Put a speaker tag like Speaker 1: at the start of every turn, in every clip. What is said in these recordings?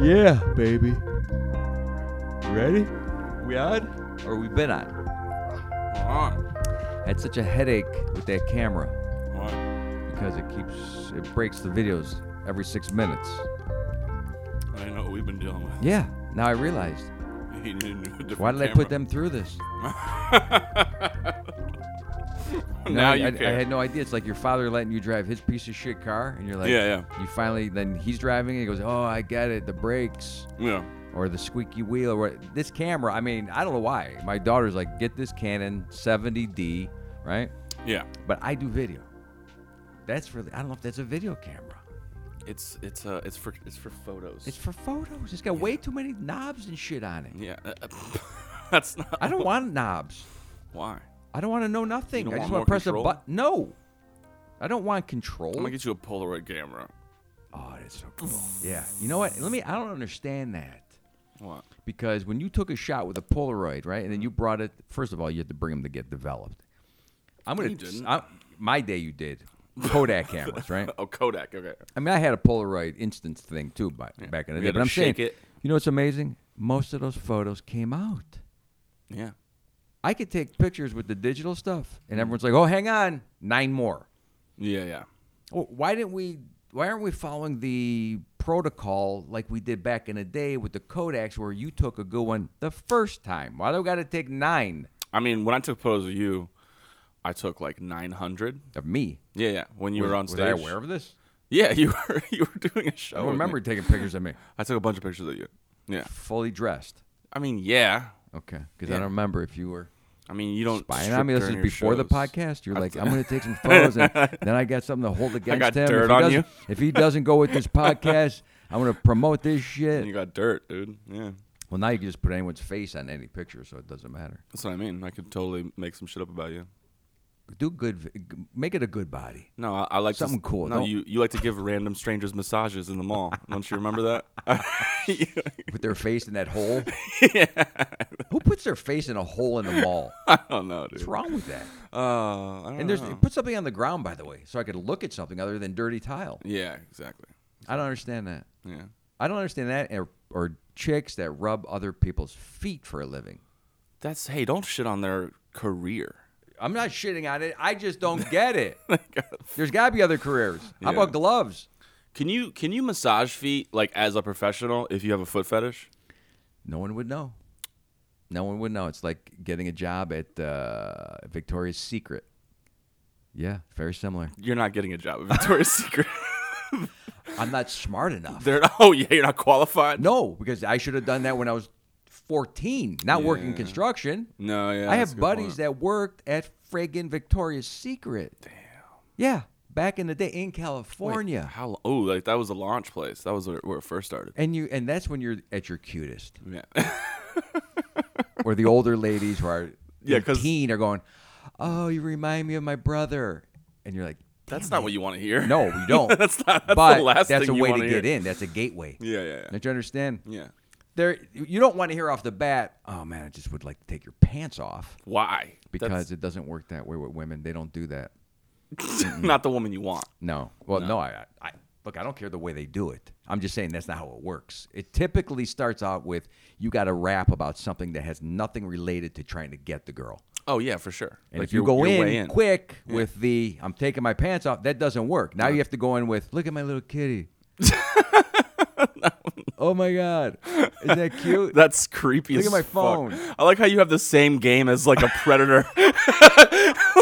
Speaker 1: Yeah, baby. Ready? We on?
Speaker 2: Or we've been on.
Speaker 3: We're on.
Speaker 2: Had such a headache with that camera
Speaker 3: What?
Speaker 2: because it keeps it breaks the videos every six minutes.
Speaker 3: I know what we've been dealing with.
Speaker 2: Yeah. Now I realized.
Speaker 3: You need a different
Speaker 2: Why did I
Speaker 3: camera.
Speaker 2: put them through this?
Speaker 3: Now,
Speaker 2: I,
Speaker 3: you
Speaker 2: I,
Speaker 3: care.
Speaker 2: I had no idea. It's like your father letting you drive his piece of shit car, and you're like,
Speaker 3: Yeah,
Speaker 2: You finally then he's driving, and he goes, "Oh, I get it. The brakes."
Speaker 3: yeah.
Speaker 2: or the squeaky wheel or what- this camera. I mean, I don't know why. My daughter's like, get this Canon 70D, right?
Speaker 3: Yeah.
Speaker 2: But I do video. That's really I don't know if that's a video camera.
Speaker 3: It's it's uh it's for it's for photos.
Speaker 2: It's for photos. It's got way too many knobs and shit on it.
Speaker 3: yeah. uh, That's not
Speaker 2: I don't want knobs.
Speaker 3: why.
Speaker 2: I don't want to know nothing.
Speaker 3: You don't
Speaker 2: I just want
Speaker 3: want
Speaker 2: to
Speaker 3: more
Speaker 2: press
Speaker 3: control?
Speaker 2: a button. No. I don't want control.
Speaker 3: I'm gonna get you a Polaroid camera.
Speaker 2: oh, that's so cool. yeah. You know what? Let me I don't understand that.
Speaker 3: What?
Speaker 2: because when you took a shot with a Polaroid, right, and then you brought it. First of all, you had to bring them to get developed. I'm gonna.
Speaker 3: You didn't.
Speaker 2: I- my day, you did. Kodak cameras, right?
Speaker 3: Oh, Kodak. Okay.
Speaker 2: I mean, I had a Polaroid instance thing too, but back in the
Speaker 3: You
Speaker 2: day.
Speaker 3: had
Speaker 2: But
Speaker 3: to
Speaker 2: I'm saying,
Speaker 3: shake it.
Speaker 2: you know, what's amazing. Most of those photos came out.
Speaker 3: Yeah.
Speaker 2: I could take pictures with the digital stuff,
Speaker 3: Mm.
Speaker 2: and everyone's like, "Oh, hang on, nine more."
Speaker 3: Yeah. Yeah.
Speaker 2: Well, why didn't we? Why aren't we following the protocol like we did back in the day with the Kodaks, where you took a good one the first time? Why do we got to take nine
Speaker 3: I mean, when I took photos of you, I took like 900.
Speaker 2: of me?
Speaker 3: Yeah. Yeah. When you were on stage.
Speaker 2: Was I aware of this?
Speaker 3: Yeah. You were you were doing a show.
Speaker 2: I don't
Speaker 3: with me.
Speaker 2: remember taking pictures of me
Speaker 3: I took a bunch of pictures of you. Yeah.
Speaker 2: fully dressed.
Speaker 3: I mean, yeah.
Speaker 2: Okay, because
Speaker 3: Yeah.
Speaker 2: I don't remember if you were
Speaker 3: I mean, you don't.
Speaker 2: spying
Speaker 3: Oh, strip
Speaker 2: on me. This is
Speaker 3: during your
Speaker 2: before the
Speaker 3: shows.
Speaker 2: podcast. You're like, I'm going to take some photos, and then I got something to hold against
Speaker 3: got
Speaker 2: him.
Speaker 3: dirt
Speaker 2: if he
Speaker 3: on
Speaker 2: doesn't-
Speaker 3: you.
Speaker 2: If he doesn't go with this podcast, I'm going to promote this shit.
Speaker 3: You got dirt, dude. Yeah.
Speaker 2: well, now you can just put anyone's face on any picture, so it doesn't matter.
Speaker 3: That's what I mean. I could totally make some shit up about you.
Speaker 2: Do good. vi- g- Make it a good body.
Speaker 3: No, I, I like to s-
Speaker 2: Something cool.
Speaker 3: No,
Speaker 2: Don't-
Speaker 3: you, you like to give random strangers massages in the mall. Don't you remember that?
Speaker 2: with their face in that hole. Who puts their face in a hole in the mall?
Speaker 3: I don't know, dude.
Speaker 2: What's wrong with that?
Speaker 3: Uh, I don't
Speaker 2: And there's
Speaker 3: know.
Speaker 2: put something on the ground, by the way, so I could look at something other than dirty tile.
Speaker 3: yeah, exactly.
Speaker 2: I don't understand that.
Speaker 3: Yeah,
Speaker 2: I don't understand that, or, or chicks that rub other people's feet for a living.
Speaker 3: that's hey, don't shit on their career.
Speaker 2: I'm not shitting on it. I just don't get it.
Speaker 3: Like, uh,
Speaker 2: There's got to be other careers. How
Speaker 3: Yeah.
Speaker 2: about gloves?
Speaker 3: can you can you massage feet like as a professional if you have a foot fetish?
Speaker 2: No one would know. No one would know. It's like getting a job at uh, Victoria's Secret. Yeah, very similar.
Speaker 3: You're not getting a job at Victoria's Secret.
Speaker 2: I'm not smart enough.
Speaker 3: They're oh yeah, you're not qualified.
Speaker 2: No, because I should have done that when I was 14, not working
Speaker 3: Yeah.
Speaker 2: construction.
Speaker 3: No, yeah.
Speaker 2: I
Speaker 3: that's a
Speaker 2: have
Speaker 3: good
Speaker 2: buddies
Speaker 3: point.
Speaker 2: that worked at friggin' Victoria's Secret. Damn. Yeah, back in the day in California.
Speaker 3: How? Oh, like that was the launch place. That was where, where it first started.
Speaker 2: and you and that's when you're at your cutest.
Speaker 3: Yeah.
Speaker 2: Or the older ladies who are
Speaker 3: Yeah, 'cause-
Speaker 2: 18 are going, "Oh, you remind me of my brother." And you're like,
Speaker 3: That's not what you want to hear.
Speaker 2: "No, you don't."
Speaker 3: That's not- that's the
Speaker 2: but
Speaker 3: last
Speaker 2: that's a
Speaker 3: thing you
Speaker 2: way to
Speaker 3: wanna
Speaker 2: get
Speaker 3: hear.
Speaker 2: in. That's a gateway.
Speaker 3: Yeah, yeah, yeah.
Speaker 2: Don't you understand?
Speaker 3: Yeah.
Speaker 2: There you don't want to hear off the bat, "Oh man, I just would like to take your pants off."
Speaker 3: Why?
Speaker 2: because
Speaker 3: That's
Speaker 2: it doesn't work that way with women. They don't do that.
Speaker 3: not the woman you want.
Speaker 2: No. Well, no. I, I look. I don't care the way they do it. I'm just saying that's not how it works. It typically starts out with you got to rap about something that has nothing related to trying to get the girl.
Speaker 3: Oh yeah, for sure.
Speaker 2: And
Speaker 3: Like
Speaker 2: if you
Speaker 3: your-
Speaker 2: go
Speaker 3: your
Speaker 2: in,
Speaker 3: way
Speaker 2: quick with the I'm taking my pants off, that doesn't work. Now you have to go in with look at my little kitty. Oh my god, is that cute?
Speaker 3: That's creepy.
Speaker 2: Look
Speaker 3: as
Speaker 2: at my
Speaker 3: fuck.
Speaker 2: phone.
Speaker 3: I like how you have the same game as like a predator.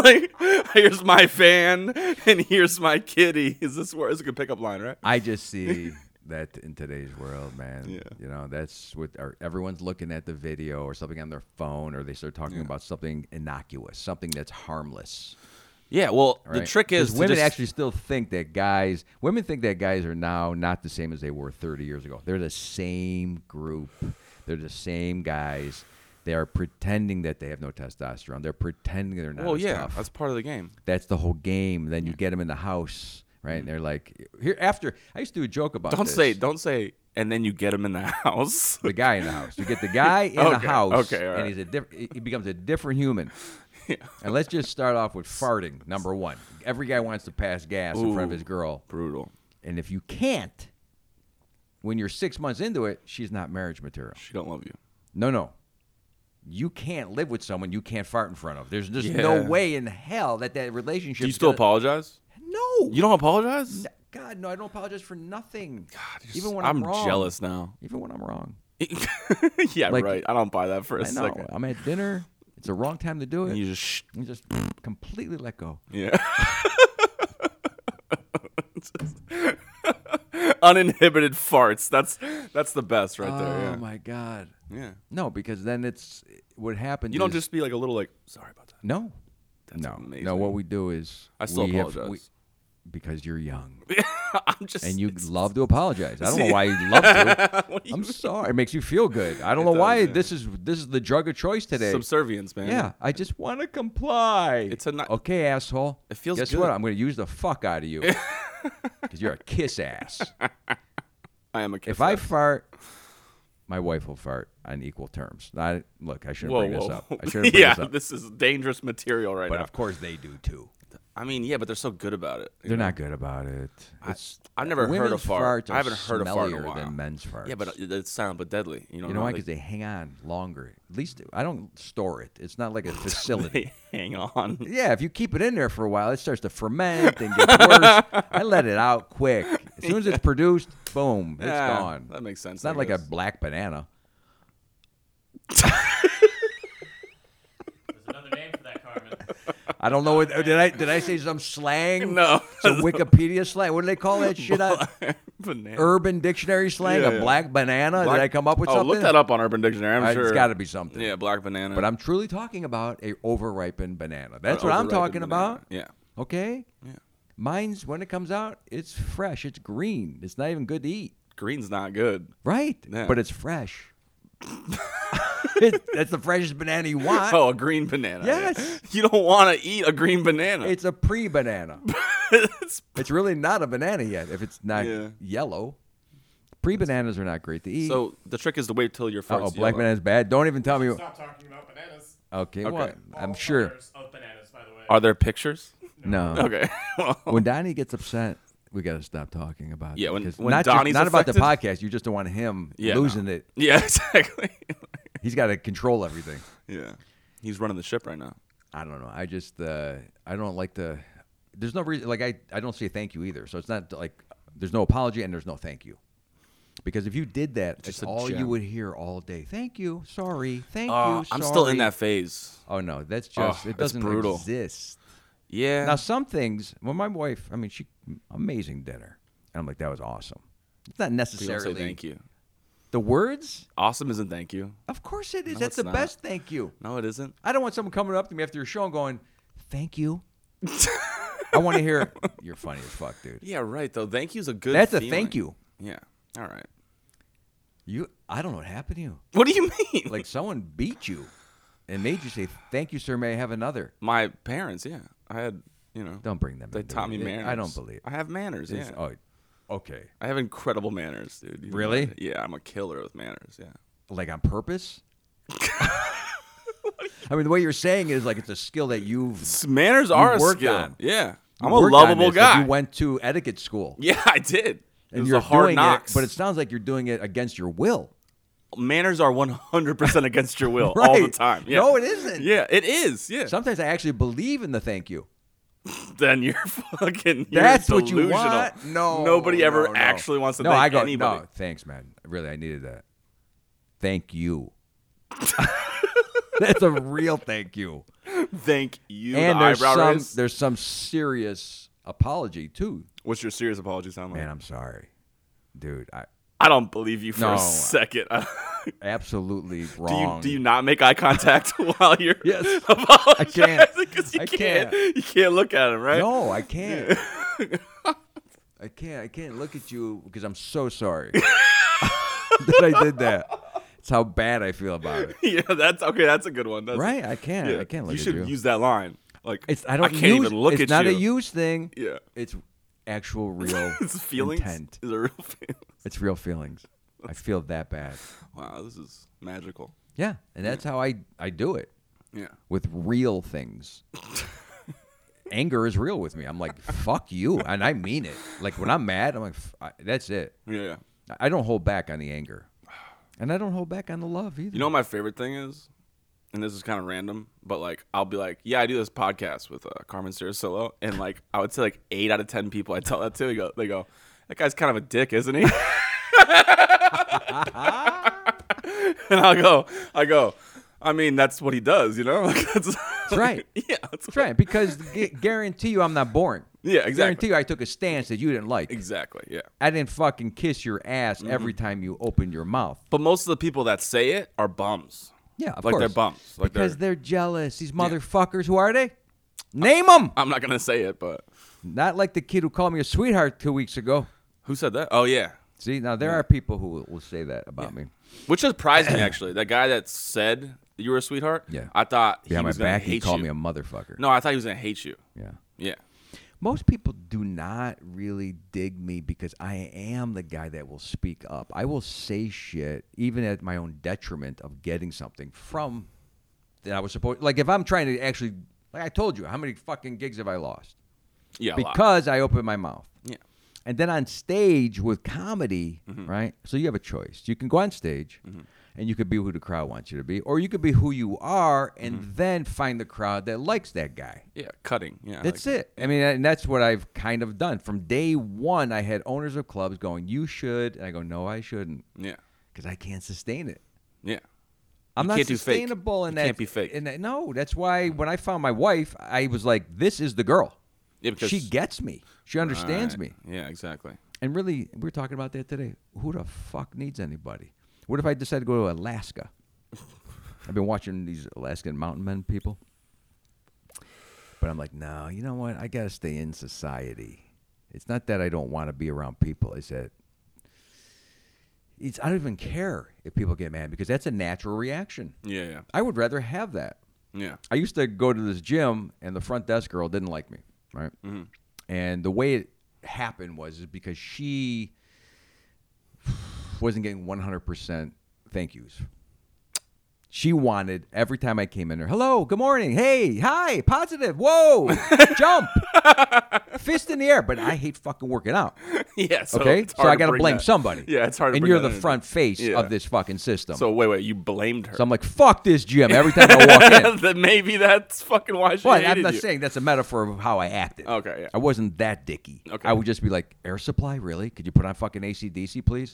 Speaker 3: like, here's my fan, and here's my kitty. Is this where? It's a good pickup line, right?
Speaker 2: I just see that in today's world, man.
Speaker 3: Yeah.
Speaker 2: You know, that's what our, everyone's looking at the video or something on their phone, or they start talking about something innocuous, something that's harmless.
Speaker 3: Yeah. Well, the
Speaker 2: right?
Speaker 3: trick
Speaker 2: 'Cause
Speaker 3: is to
Speaker 2: women
Speaker 3: just-
Speaker 2: actually still think that guys, women think that guys are now not the same as they were 30 years ago. They're the same group, they're the same guys. They are pretending that they have no testosterone. They're pretending they're not.
Speaker 3: Well,
Speaker 2: as
Speaker 3: yeah,
Speaker 2: tough
Speaker 3: that's part of the game.
Speaker 2: that's the whole game. Then you get them in the house, right? And they're like, here after I used to do a joke about.
Speaker 3: Mm-hmm. Don't
Speaker 2: this.
Speaker 3: say, don't say and then you get him in the house.
Speaker 2: The guy in the house. You get the guy in the
Speaker 3: Okay,
Speaker 2: house,
Speaker 3: okay, all
Speaker 2: and
Speaker 3: right.
Speaker 2: he's a diff- he becomes a different human. And let's just start off with farting. Number one, every guy wants to pass gas in front of
Speaker 3: Ooh.
Speaker 2: his girl,
Speaker 3: Brutal.
Speaker 2: and if you can't, when you're six months into it, she's not marriage material.
Speaker 3: She don't love you.
Speaker 2: No, no. You can't live with someone you can't fart in front of. There's just no
Speaker 3: Yeah.
Speaker 2: way in hell that that relationship.
Speaker 3: Do you still
Speaker 2: gonna-
Speaker 3: apologize?
Speaker 2: No.
Speaker 3: You don't apologize?
Speaker 2: N- God, no. I don't apologize for nothing.
Speaker 3: God, you're
Speaker 2: even
Speaker 3: s-
Speaker 2: when I'm,
Speaker 3: I'm
Speaker 2: wrong.
Speaker 3: jealous now.
Speaker 2: Even when I'm wrong.
Speaker 3: yeah,
Speaker 2: Like-
Speaker 3: right. I don't buy that for a
Speaker 2: I know.
Speaker 3: second.
Speaker 2: I'm at dinner. It's the wrong time to do it.
Speaker 3: And you just sh-
Speaker 2: You just completely let go.
Speaker 3: yeah. Uninhibited farts. That's that's the best right there. Yeah.
Speaker 2: Oh my god.
Speaker 3: yeah.
Speaker 2: No, because then it's what happens.
Speaker 3: You don't
Speaker 2: is-
Speaker 3: just be like a little like sorry about that.
Speaker 2: no.
Speaker 3: That's
Speaker 2: no, no.
Speaker 3: amazing.
Speaker 2: What we do is
Speaker 3: I still
Speaker 2: we have- we-
Speaker 3: apologize.
Speaker 2: because you're young
Speaker 3: I'm just
Speaker 2: and you
Speaker 3: it's-
Speaker 2: love to apologize. I don't know
Speaker 3: See?
Speaker 2: why you love to.
Speaker 3: what do you
Speaker 2: I'm
Speaker 3: mean?
Speaker 2: sorry. It makes you feel good. I don't
Speaker 3: It
Speaker 2: know
Speaker 3: does,
Speaker 2: why
Speaker 3: yeah.
Speaker 2: this is this is the drug of choice today.
Speaker 3: subservience, man.
Speaker 2: yeah, I just want to comply.
Speaker 3: It's a ni-
Speaker 2: okay, asshole.
Speaker 3: It feels
Speaker 2: Guess
Speaker 3: good.
Speaker 2: what? I'm going to use the fuck out of you because you're a kiss ass.
Speaker 3: I am a kid.
Speaker 2: If I fart, my wife will fart on equal terms. Not look. I shouldn't
Speaker 3: whoa,
Speaker 2: bring
Speaker 3: whoa,
Speaker 2: this up.
Speaker 3: whoa.
Speaker 2: I shouldn't bring
Speaker 3: yeah,
Speaker 2: this up.
Speaker 3: is dangerous material right
Speaker 2: but
Speaker 3: now.
Speaker 2: of course they do too.
Speaker 3: I mean, yeah, but they're so good about it. you
Speaker 2: They're
Speaker 3: know?
Speaker 2: not good about it. It's,
Speaker 3: I've never heard a
Speaker 2: women's
Speaker 3: fart.
Speaker 2: farts are
Speaker 3: I haven't heard a fart in a
Speaker 2: smellier
Speaker 3: while.
Speaker 2: than men's farts.
Speaker 3: Yeah, but it- it's silent but deadly. You know,
Speaker 2: You know
Speaker 3: not
Speaker 2: why?
Speaker 3: like-
Speaker 2: Because they hang on longer. At least I don't store it. It's not like a facility.
Speaker 3: they hang on.
Speaker 2: yeah, if you keep it in there for a while, it starts to ferment and get worse. I let it out quick. As soon as it's produced, boom, it's
Speaker 3: Yeah,
Speaker 2: gone.
Speaker 3: That makes sense.
Speaker 2: It's not
Speaker 3: I
Speaker 2: like a
Speaker 3: guess.
Speaker 2: black banana.
Speaker 4: There's another name for that, Carmen.
Speaker 2: I don't know what did I did I say some slang?
Speaker 3: No.
Speaker 2: Some Wikipedia slang. What do they call that shit? out?
Speaker 3: banana.
Speaker 2: Urban dictionary slang?
Speaker 3: Yeah,
Speaker 2: a
Speaker 3: yeah.
Speaker 2: black banana?
Speaker 3: Black-
Speaker 2: Er, Did I come up with
Speaker 3: oh,
Speaker 2: something?
Speaker 3: look that up on Urban Dictionary. I'm
Speaker 2: I-
Speaker 3: sure
Speaker 2: It's got to be something.
Speaker 3: Yeah, black banana.
Speaker 2: But I'm truly talking about a overripened banana. That's
Speaker 3: An
Speaker 2: what I'm
Speaker 3: overripened
Speaker 2: talking
Speaker 3: banana.
Speaker 2: about.
Speaker 3: Yeah.
Speaker 2: Okay?
Speaker 3: Yeah.
Speaker 2: Mine's when it comes out, it's fresh. It's green. It's not even good to eat.
Speaker 3: Green's not good.
Speaker 2: Right?
Speaker 3: Yeah.
Speaker 2: But it's fresh. It- that's the freshest banana you want.
Speaker 3: Oh, a green banana. yeah.
Speaker 2: Yes.
Speaker 3: You don't want to eat a green banana.
Speaker 2: It's a pre banana.
Speaker 3: It's-
Speaker 2: it's really not a banana yet if it's not
Speaker 3: Yeah.
Speaker 2: yellow. Pre bananas are not great to eat.
Speaker 3: so the trick is to wait till your farts.
Speaker 2: oh, E black
Speaker 3: yellow.
Speaker 2: banana's bad. Don't even tell me.
Speaker 4: Stop talking about bananas.
Speaker 2: Okay,
Speaker 3: Okay.
Speaker 2: what? I'm
Speaker 4: All
Speaker 2: sure.
Speaker 4: colors Of bananas, by the way.
Speaker 3: Are there pictures?
Speaker 2: No.
Speaker 3: Okay. Well,
Speaker 2: when Donnie gets upset, we got to stop talking about.
Speaker 3: Yeah,
Speaker 2: it,
Speaker 3: when-
Speaker 2: 'cause
Speaker 3: when
Speaker 2: not just-
Speaker 3: Donnie's
Speaker 2: not about the
Speaker 3: affected-
Speaker 2: podcast. You just don't want him
Speaker 3: Yeah,
Speaker 2: losing
Speaker 3: no.
Speaker 2: it.
Speaker 3: yeah, exactly.
Speaker 2: He's got to control everything.
Speaker 3: yeah. He's running the ship right now.
Speaker 2: I don't know. I just uh, I don't like to. There's no reason. Like I I don't say thank you either. So it's not like there's no apology and there's no thank you. Because if you did that,
Speaker 3: Just
Speaker 2: it's
Speaker 3: a
Speaker 2: all you
Speaker 3: gem.
Speaker 2: would hear all day. Thank you. Sorry. Thank
Speaker 3: Oh,
Speaker 2: you.
Speaker 3: I'm still
Speaker 2: sorry."
Speaker 3: in that phase.
Speaker 2: Oh no, that's just
Speaker 3: Oh,
Speaker 2: it
Speaker 3: that's
Speaker 2: doesn't
Speaker 3: brutal.
Speaker 2: exist.
Speaker 3: Yeah.
Speaker 2: Now some things. Well, my wife. I mean, she amazing dinner. And I'm like, that was awesome. It's not
Speaker 3: you don't
Speaker 2: necessarily
Speaker 3: say thank you.
Speaker 2: the words.
Speaker 3: Awesome isn't thank you.
Speaker 2: Of course it is.
Speaker 3: No,
Speaker 2: That's
Speaker 3: it's
Speaker 2: the
Speaker 3: not.
Speaker 2: best thank you.
Speaker 3: No, it isn't.
Speaker 2: I don't want someone coming up to me after a show and going, "Thank you." I want to hear you're funny as fuck, dude.
Speaker 3: Yeah, right though. Thank you's a good.
Speaker 2: That's a
Speaker 3: feeling.
Speaker 2: thank you.
Speaker 3: Yeah. All right.
Speaker 2: You, I don't know what happened to you.
Speaker 3: What do you mean?
Speaker 2: Like someone beat you and made you say, "Thank you, sir. May I have another?"
Speaker 3: my parents. Yeah, I had. You know,
Speaker 2: Don't bring them.
Speaker 3: they
Speaker 2: into
Speaker 3: taught me
Speaker 2: it.
Speaker 3: manners.
Speaker 2: I don't believe.
Speaker 3: I have manners.
Speaker 2: It's-
Speaker 3: Yeah.
Speaker 2: Oh, okay.
Speaker 3: I have incredible manners, dude. You know
Speaker 2: Really?
Speaker 3: that. Yeah, I'm a killer with manners. Yeah.
Speaker 2: Like on purpose. I mean, the way you're saying it is like it's a skill that you've.
Speaker 3: S- Manners are a
Speaker 2: worked
Speaker 3: skill.
Speaker 2: on-
Speaker 3: Yeah.
Speaker 2: you
Speaker 3: I'm a
Speaker 2: worked on
Speaker 3: lovable
Speaker 2: this, like
Speaker 3: guy.
Speaker 2: You went to etiquette school.
Speaker 3: yeah, I did. It
Speaker 2: and
Speaker 3: was
Speaker 2: you're
Speaker 3: a hard
Speaker 2: doing
Speaker 3: knocks.
Speaker 2: it, but it sounds like you're doing it against your will.
Speaker 3: manners are 100% against your will all the
Speaker 2: Right.
Speaker 3: time. Yeah.
Speaker 2: No, it isn't.
Speaker 3: Yeah, it is. Yeah.
Speaker 2: Sometimes I actually believe in the thank you.
Speaker 3: then you're fucking. You're
Speaker 2: That's what you
Speaker 3: delusional.
Speaker 2: want. No,
Speaker 3: Nobody ever
Speaker 2: no, no.
Speaker 3: actually wants to
Speaker 2: No,
Speaker 3: thank
Speaker 2: I go.
Speaker 3: anybody.
Speaker 2: No, thanks, man. Really, I needed that. Thank you. That's a real thank you.
Speaker 3: Thank you.
Speaker 2: and
Speaker 3: the
Speaker 2: there's
Speaker 3: eyebrow
Speaker 2: some
Speaker 3: raise.
Speaker 2: there's some serious apology too.
Speaker 3: What's your serious apology sound like?
Speaker 2: Man, I'm sorry, dude. I
Speaker 3: I don't believe you for
Speaker 2: No.
Speaker 3: a second.
Speaker 2: absolutely
Speaker 3: do you
Speaker 2: wrong.
Speaker 3: do you not make eye contact while you're
Speaker 2: Yes.
Speaker 3: apologizing?
Speaker 2: can't.
Speaker 3: 'Cause you
Speaker 2: I
Speaker 3: can't.
Speaker 2: can't.
Speaker 3: You can't look at him, right?
Speaker 2: No, I can't. I can't. I can't look at you because I'm so sorry that I did that. It's how bad I feel about it.
Speaker 3: Yeah, that's okay. That's a good one. That's,
Speaker 2: Right? I can't.
Speaker 3: Yeah.
Speaker 2: I can't look
Speaker 3: you
Speaker 2: at
Speaker 3: should
Speaker 2: you.
Speaker 3: use that line. Like
Speaker 2: It's I don't
Speaker 3: can't
Speaker 2: use,
Speaker 3: even look
Speaker 2: it's
Speaker 3: at
Speaker 2: not
Speaker 3: you.
Speaker 2: a use thing.
Speaker 3: Yeah.
Speaker 2: It's actual real
Speaker 3: It's feelings.
Speaker 2: intent.
Speaker 3: Is a real feeling.
Speaker 2: It's real feelings. I feel that bad.
Speaker 3: Wow, this is magical.
Speaker 2: Yeah, and that's how I I do it
Speaker 3: Yeah.
Speaker 2: with real things. Anger is real with me. I'm like, fuck you, and I mean it. Like when I'm mad, I'm like, "F- I- that's it.
Speaker 3: Yeah.
Speaker 2: I- I don't hold back on the anger, and I don't hold back on the love either.
Speaker 3: You know what my favorite thing is? And this is kind of random, but like I'll be like, yeah, I do this podcast with uh, Carmen Solo, and like I would say like eight out of ten people I tell that to, they go, they go, that guy's kind of a dick, isn't he? and I'll go, I go, I mean, that's what he does, you know? Like, that's, that's
Speaker 2: right.
Speaker 3: yeah, that's,
Speaker 2: That's right, because gu- guarantee you, I'm not boring.
Speaker 3: Yeah, exactly.
Speaker 2: Guarantee you, I took a stance that you didn't like.
Speaker 3: Exactly. Yeah.
Speaker 2: I didn't fucking kiss your ass
Speaker 3: Mm-hmm.
Speaker 2: every time you opened your mouth.
Speaker 3: But most of the people that say it are bums.
Speaker 2: Yeah, of
Speaker 3: like
Speaker 2: course.
Speaker 3: they're bums. Like they're.
Speaker 2: because they're, jealous. These motherfuckers. Who are they? Name them.
Speaker 3: I'm not gonna say it, but
Speaker 2: Not like the kid who called me a sweetheart two weeks ago.
Speaker 3: who said that? Oh yeah,
Speaker 2: See, now there are people who will- will say that about me.
Speaker 3: Which surprised me actually. That guy that said you were a sweetheart.
Speaker 2: Yeah.
Speaker 3: I thought he
Speaker 2: Behind my
Speaker 3: was gonna
Speaker 2: back,
Speaker 3: hate
Speaker 2: he called
Speaker 3: you.
Speaker 2: me a motherfucker.
Speaker 3: no, I thought he was gonna hate you.
Speaker 2: Yeah.
Speaker 3: Yeah.
Speaker 2: Most people do not really dig me because I am the guy that will speak up. I will say shit even at my own detriment of getting something from that I was supposed like if I'm trying to actually like I told you, how many fucking gigs have I lost?
Speaker 3: Yeah. a lot.
Speaker 2: because I opened my mouth.
Speaker 3: Yeah. Mm-hmm.
Speaker 2: And then on stage with comedy, right? So you have a choice. You can go on stage and you could be who the crowd wants you to be, or you could be who you are and
Speaker 3: Mm-hmm.
Speaker 2: then find the crowd that likes that guy.
Speaker 3: Yeah. Cutting. Yeah.
Speaker 2: That's it. I mean, and that's what I've kind of done. From day one, I had owners of clubs going, You should. And I go, No, I shouldn't,
Speaker 3: Yeah.
Speaker 2: because I can't sustain it.
Speaker 3: Yeah.
Speaker 2: I'm
Speaker 3: You
Speaker 2: not
Speaker 3: can't do fake.
Speaker 2: sustainable in
Speaker 3: You
Speaker 2: that.
Speaker 3: can't be fake.
Speaker 2: In that, no, that's why when I found my wife, I was like, This is the girl.
Speaker 3: Yeah. Because
Speaker 2: she gets me. She understands
Speaker 3: Right.
Speaker 2: me.
Speaker 3: Yeah. Exactly.
Speaker 2: And really, we were talking about that today. Who the fuck needs anybody? What if I decide to go to Alaska? I've been watching these Alaskan mountain men people. But I'm like, no, you know what? I got to stay in society. It's not that I don't want to be around people. It's that it's, I don't even care if people get mad because that's a natural reaction.
Speaker 3: Yeah. Yeah.
Speaker 2: I would rather have that.
Speaker 3: Yeah.
Speaker 2: I used to go to this gym, and the front desk girl didn't like me, right?
Speaker 3: Mm-hmm.
Speaker 2: And the way it happened was is because she wasn't getting 100% thank yous. She wanted every time I came in there, hello, good morning, hey, hi, positive, whoa, jump, fist in the air. But I hate fucking working out.
Speaker 3: Yeah. So
Speaker 2: okay,
Speaker 3: it's
Speaker 2: so
Speaker 3: hard
Speaker 2: I
Speaker 3: to
Speaker 2: gotta
Speaker 3: bring
Speaker 2: blame
Speaker 3: that-
Speaker 2: somebody.
Speaker 3: Yeah. It's hard. to
Speaker 2: And
Speaker 3: bring
Speaker 2: you're
Speaker 3: that
Speaker 2: the
Speaker 3: in.
Speaker 2: front face
Speaker 3: Yeah.
Speaker 2: of this fucking system.
Speaker 3: So wait, wait. You blamed her.
Speaker 2: so I'm like, fuck this gym every time I walk in.
Speaker 3: then maybe that's fucking why she
Speaker 2: Well, I'm
Speaker 3: hated
Speaker 2: not
Speaker 3: you.
Speaker 2: saying that's a metaphor of how I acted.
Speaker 3: Okay, yeah.
Speaker 2: I wasn't that dicky.
Speaker 3: Okay.
Speaker 2: I would just be like, air supply, really? Could you put on fucking ACDC, please?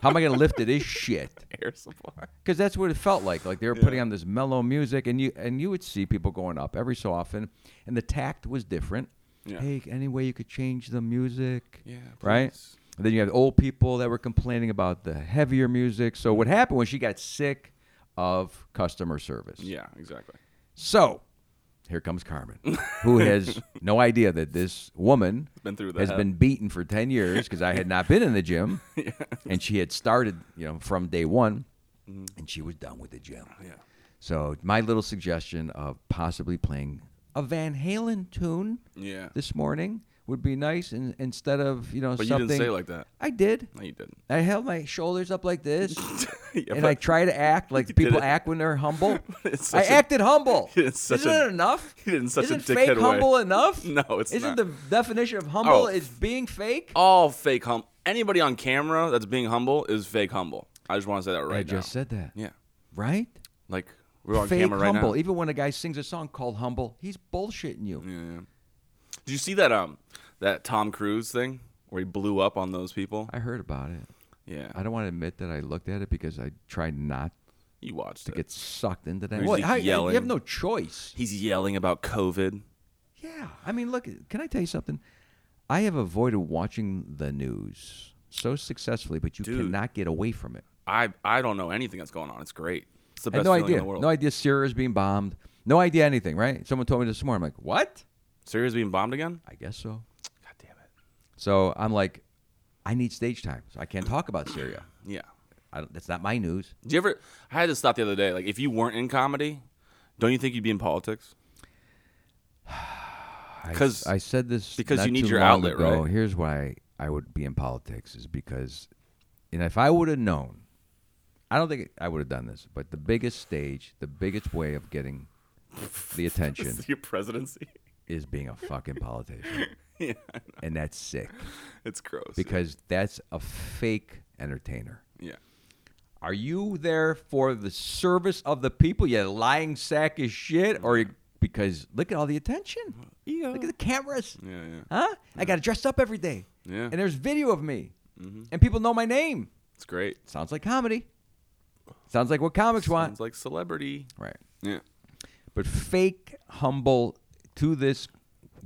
Speaker 2: how am I going to lift to this shit?
Speaker 3: air supply.
Speaker 2: Because that's what it felt like. Like they were putting on this mellow music, and you and you would see people going up every so often, and the tact was different.
Speaker 3: Yeah.
Speaker 2: Hey, any way you could change the music?
Speaker 3: Yeah,
Speaker 2: Right.
Speaker 3: please.
Speaker 2: And then you had old people that were complaining about the heavier music. So what happened was she got sick of customer service.
Speaker 3: Yeah. Exactly.
Speaker 2: So, here comes Carmen, who has no idea that this woman
Speaker 3: Been through
Speaker 2: has
Speaker 3: that.
Speaker 2: been beaten for 10 years because I had not been in the gym. And she had started, you know, from day one,
Speaker 3: Mm-hmm.
Speaker 2: and she was done with the gym.
Speaker 3: Yeah.
Speaker 2: So, my little suggestion of possibly playing a Van Halen tune
Speaker 3: Yeah.
Speaker 2: this morning would be nice and, instead of, you know,
Speaker 3: But you
Speaker 2: something.
Speaker 3: didn't say it like that.
Speaker 2: I did.
Speaker 3: No, you didn't.
Speaker 2: I held my shoulders up like this,
Speaker 3: Yeah,
Speaker 2: and
Speaker 3: but-
Speaker 2: I try to act like people
Speaker 3: it.
Speaker 2: act when they're humble.
Speaker 3: It's
Speaker 2: I
Speaker 3: such a-
Speaker 2: acted humble.
Speaker 3: It's such
Speaker 2: Isn't
Speaker 3: a-
Speaker 2: it enough?
Speaker 3: He did in such a
Speaker 2: Isn't
Speaker 3: dickhead
Speaker 2: fake
Speaker 3: way.
Speaker 2: humble enough?
Speaker 3: No, it's
Speaker 2: Isn't
Speaker 3: not.
Speaker 2: the definition of humble
Speaker 3: Oh.
Speaker 2: is being fake?
Speaker 3: all fake humble. Anybody on camera that's being humble is fake humble. I just want to say that
Speaker 2: I
Speaker 3: right now.
Speaker 2: just said that.
Speaker 3: yeah,
Speaker 2: Right?
Speaker 3: like we're on
Speaker 2: fake
Speaker 3: camera right
Speaker 2: humble.
Speaker 3: now.
Speaker 2: Even when a guy sings a song called humble, he's bullshitting you.
Speaker 3: Yeah, yeah. Did you see that um that Tom Cruise thing where he blew up on those people?
Speaker 2: I heard about it.
Speaker 3: Yeah,
Speaker 2: I don't want to admit that I looked at it because I tried not
Speaker 3: you watched
Speaker 2: to
Speaker 3: it.
Speaker 2: get sucked into that.
Speaker 3: He's
Speaker 2: Well,
Speaker 3: like
Speaker 2: how-
Speaker 3: yelling.
Speaker 2: You have no choice.
Speaker 3: He's yelling about COVID.
Speaker 2: Yeah. I mean, look, can I tell you something? I have avoided watching the news so successfully, but you
Speaker 3: Dude.
Speaker 2: cannot get away from it.
Speaker 3: I I don't know anything that's going on. It's great. It's the
Speaker 2: I had
Speaker 3: best
Speaker 2: no
Speaker 3: feeling
Speaker 2: idea.
Speaker 3: in the world.
Speaker 2: No idea Syria is being bombed. No idea anything, right? Someone told me this morning. I'm like, what?
Speaker 3: Syria's being bombed again.
Speaker 2: I guess so.
Speaker 3: God damn it.
Speaker 2: So I'm like, I need stage time. So I can't talk about Syria.
Speaker 3: Yeah.
Speaker 2: I don't, that's not my news.
Speaker 3: Do you ever? I had this thought the other day. Like, if you weren't in comedy, don't you think you'd be in politics?
Speaker 2: I-
Speaker 3: 'Cause-
Speaker 2: I, said this
Speaker 3: because
Speaker 2: not
Speaker 3: you need
Speaker 2: too
Speaker 3: your
Speaker 2: long
Speaker 3: outlet,
Speaker 2: ago.
Speaker 3: right?
Speaker 2: Here's why I would be in politics is because and if I would have known, I don't think I would have done this. But the biggest stage, the biggest way of getting the attention
Speaker 3: Your presidency.
Speaker 2: is being a fucking politician,
Speaker 3: yeah,
Speaker 2: and that's sick
Speaker 3: it's gross.
Speaker 2: because that's a fake entertainer.
Speaker 3: yeah,
Speaker 2: Are you there for the service of the people, you lying sack of shit, or you, because look at all the attention? Look at the cameras,
Speaker 3: yeah, yeah.
Speaker 2: huh? I got to dress up every day,
Speaker 3: Yeah. Mm-hmm.
Speaker 2: and there's video of me, and people know my name.
Speaker 3: It's great.
Speaker 2: Sounds like comedy. Sounds like what comics want,
Speaker 3: Sounds like celebrity.
Speaker 2: right?
Speaker 3: Yeah,
Speaker 2: But fake, humble to this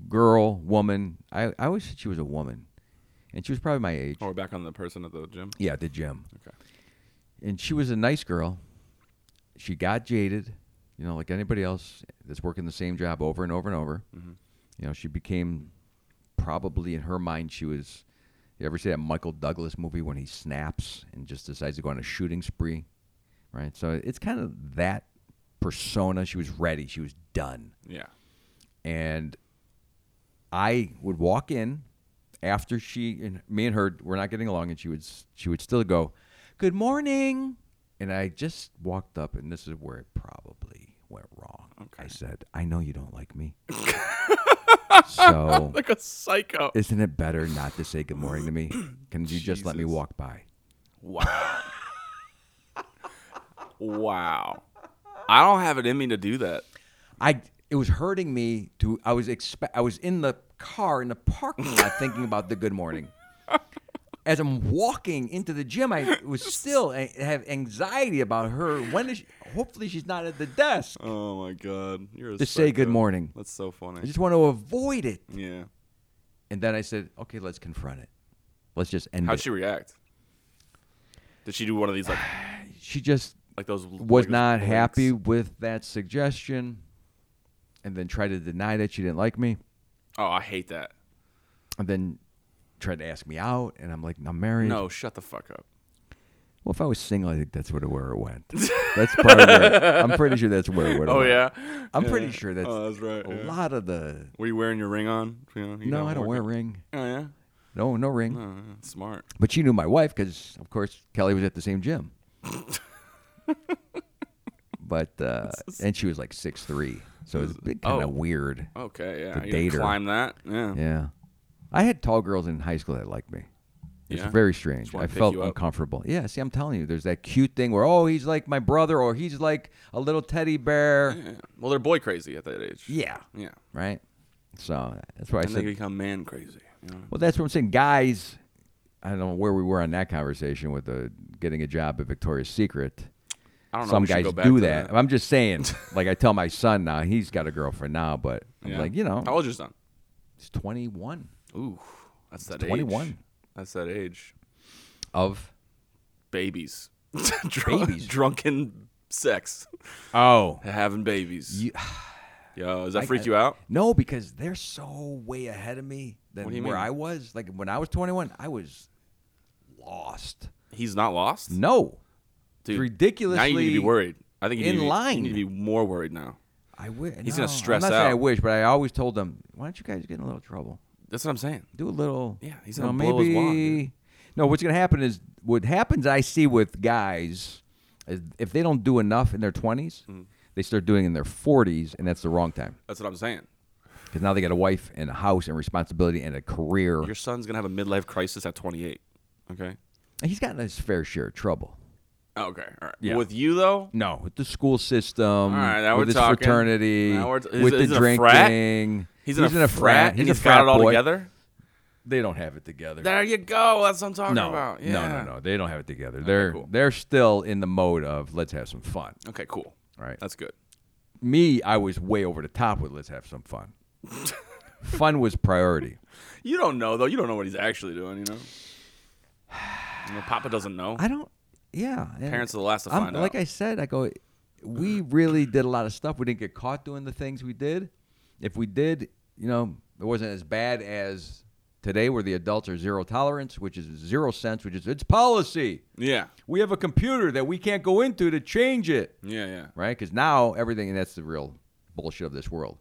Speaker 2: girl, woman. I, I always said she was a woman, and she was probably my age.
Speaker 3: oh, we're back on the person at the gym.
Speaker 2: Yeah, at the gym.
Speaker 3: Okay.
Speaker 2: And she was a nice girl. She got jaded, you know, like anybody else that's working the same job over and over and over. You know, she became probably in her mind she was. You ever see that Michael Douglas movie when he snaps and just decides to go on a shooting spree, right? So it's kind of that persona. She was ready. She was done
Speaker 3: Yeah,
Speaker 2: and I would walk in after she and me and her were not getting along, and she would s- she would still go, "Good morning," and I just walked up, and this is where it probably went wrong. I said, "I know you don't like me, so
Speaker 3: like a psycho.
Speaker 2: isn't it better not to say good morning to me? Can you just let me
Speaker 3: Jesus.
Speaker 2: walk by?"
Speaker 3: Wow. wow. I don't have it in me to do that.
Speaker 2: I it was hurting me to I was expe- I was in the car in the parking lot thinking about the good morning. As I'm walking into the gym, I was still I have anxiety about her. When is she, hopefully she's not at the desk
Speaker 3: Oh my god, you're a
Speaker 2: to say good
Speaker 3: psycho.
Speaker 2: morning.
Speaker 3: That's so
Speaker 2: I
Speaker 3: funny.
Speaker 2: just want to avoid it.
Speaker 3: Yeah.
Speaker 2: And then I said, okay, let's confront it. Let's just end
Speaker 3: How'd
Speaker 2: it.
Speaker 3: she react? Did she do one of these like
Speaker 2: she just
Speaker 3: like those?
Speaker 2: was
Speaker 3: like those
Speaker 2: not
Speaker 3: blinks?
Speaker 2: happy with that suggestion, and then tried to deny that she didn't like me.
Speaker 3: Oh, I hate that.
Speaker 2: and then tried to ask me out, and I'm like, I'm married.
Speaker 3: No, shut the fuck up.
Speaker 2: Well, if I was single, I think that's what where it went. That's part of where, I'm pretty sure that's where it went.
Speaker 3: Oh yeah.
Speaker 2: I'm pretty
Speaker 3: Yeah.
Speaker 2: sure that's,
Speaker 3: Oh, that's right.
Speaker 2: a
Speaker 3: yeah.
Speaker 2: lot of the.
Speaker 3: Were you wearing your ring on? You know, you
Speaker 2: No,
Speaker 3: got
Speaker 2: I don't
Speaker 3: working-
Speaker 2: wear a ring.
Speaker 3: Oh yeah.
Speaker 2: No, no ring.
Speaker 3: Oh, yeah. Smart.
Speaker 2: But she knew my wife because, of course, Kelly was at the same gym. but uh, and she was like six three, so it's kind of
Speaker 3: oh.
Speaker 2: weird.
Speaker 3: Okay. Yeah.
Speaker 2: The
Speaker 3: you gotta
Speaker 2: dater.
Speaker 3: climb that. Yeah.
Speaker 2: Yeah, I had tall girls in high school that liked me. It's
Speaker 3: Yeah?
Speaker 2: very strange.
Speaker 3: wanna
Speaker 2: I
Speaker 3: pick
Speaker 2: felt
Speaker 3: you up.
Speaker 2: uncomfortable. Yeah, see, I'm telling you, there's that cute thing where oh, he's like my brother, or he's like a little teddy bear.
Speaker 3: Yeah. Well, they're boy crazy at that age.
Speaker 2: Yeah,
Speaker 3: Yeah.
Speaker 2: right. So that's why I
Speaker 3: And they
Speaker 2: said.
Speaker 3: become man crazy. you know?
Speaker 2: well, that's what I'm saying, guys. I don't know where we were on that conversation with the getting a job at Victoria's Secret.
Speaker 3: I don't know.
Speaker 2: Some
Speaker 3: we should
Speaker 2: guys
Speaker 3: go back
Speaker 2: do
Speaker 3: to
Speaker 2: that. I'm just saying. like I tell my son now, he's got a girlfriend now, but I'm
Speaker 3: Yeah.
Speaker 2: like, you know,
Speaker 3: How old's your son?
Speaker 2: he's 21
Speaker 3: Ooh, that's that
Speaker 2: 21.
Speaker 3: age. That's that age.
Speaker 2: of
Speaker 3: Babies. Drunk,
Speaker 2: Babies?
Speaker 3: Drunken sex.
Speaker 2: oh
Speaker 3: Having babies.
Speaker 2: You-
Speaker 3: Yo, does that
Speaker 2: I-
Speaker 3: freak
Speaker 2: I-
Speaker 3: you out?
Speaker 2: No, because they're so way ahead of me than
Speaker 3: What do you
Speaker 2: where
Speaker 3: mean?
Speaker 2: I was. Like when I was 21, I was lost.
Speaker 3: He's not lost?
Speaker 2: No,
Speaker 3: Dude,
Speaker 2: ridiculously.
Speaker 3: Now you need to be worried. I think you
Speaker 2: in
Speaker 3: need to be-
Speaker 2: line.
Speaker 3: You need to be more worried now.
Speaker 2: I wi-
Speaker 3: He's gonna
Speaker 2: no,
Speaker 3: stress
Speaker 2: I'm not saying I
Speaker 3: out.
Speaker 2: wish, but I always told them, why don't you guys get in a little trouble?
Speaker 3: That's what I'm saying.
Speaker 2: Do a little.
Speaker 3: Yeah, he's
Speaker 2: you know,
Speaker 3: gonna blow his wad, dude.
Speaker 2: maybe- No, what's gonna happen is what happens. I see with guys, is if they don't do enough in their 20s,
Speaker 3: Mm.
Speaker 2: they start doing it in their 40s, and that's the wrong time
Speaker 3: That's what I'm saying.
Speaker 2: because now they got a wife and a house and responsibility and a career.
Speaker 3: Your son's gonna have a midlife crisis at 28. Okay.
Speaker 2: And he's gotten his fair share of trouble.
Speaker 3: Oh, okay. All right.
Speaker 2: Yeah.
Speaker 3: With you though,
Speaker 2: No, with the school system, All
Speaker 3: right, now
Speaker 2: with
Speaker 3: we're
Speaker 2: his
Speaker 3: talking.
Speaker 2: fraternity,
Speaker 3: Now we're t- he's-
Speaker 2: with
Speaker 3: he's
Speaker 2: the
Speaker 3: in a frat?
Speaker 2: drinking.
Speaker 3: he's, in, a frat, and
Speaker 2: He's
Speaker 3: he's
Speaker 2: a
Speaker 3: got
Speaker 2: frat
Speaker 3: it all
Speaker 2: boy.
Speaker 3: together.
Speaker 2: They don't have it together.
Speaker 3: There you go. That's what I'm talking
Speaker 2: no,
Speaker 3: about. Yeah.
Speaker 2: no, no, no. They don't have it together. they're
Speaker 3: cool.
Speaker 2: they're still in the mode of let's have some fun.
Speaker 3: Okay, cool.
Speaker 2: All right.
Speaker 3: That's good.
Speaker 2: Me, I was way over the top with let's have some fun. fun was priority.
Speaker 3: You don't know though. You don't know what he's actually doing. You know. You know, Papa doesn't know.
Speaker 2: I don't. Yeah, and
Speaker 3: Parents are the last to
Speaker 2: I'm-
Speaker 3: find
Speaker 2: Like
Speaker 3: out.
Speaker 2: I said, I go. We really did a lot of stuff. We didn't get caught doing the things we did. If we did, you know, it wasn't as bad as today, where the adults are zero tolerance, which is zero sense, which is it's policy.
Speaker 3: yeah.
Speaker 2: We have a computer that we can't go into to change it,
Speaker 3: Yeah. Yeah.
Speaker 2: right? Because now everything, and that's the real bullshit of this world,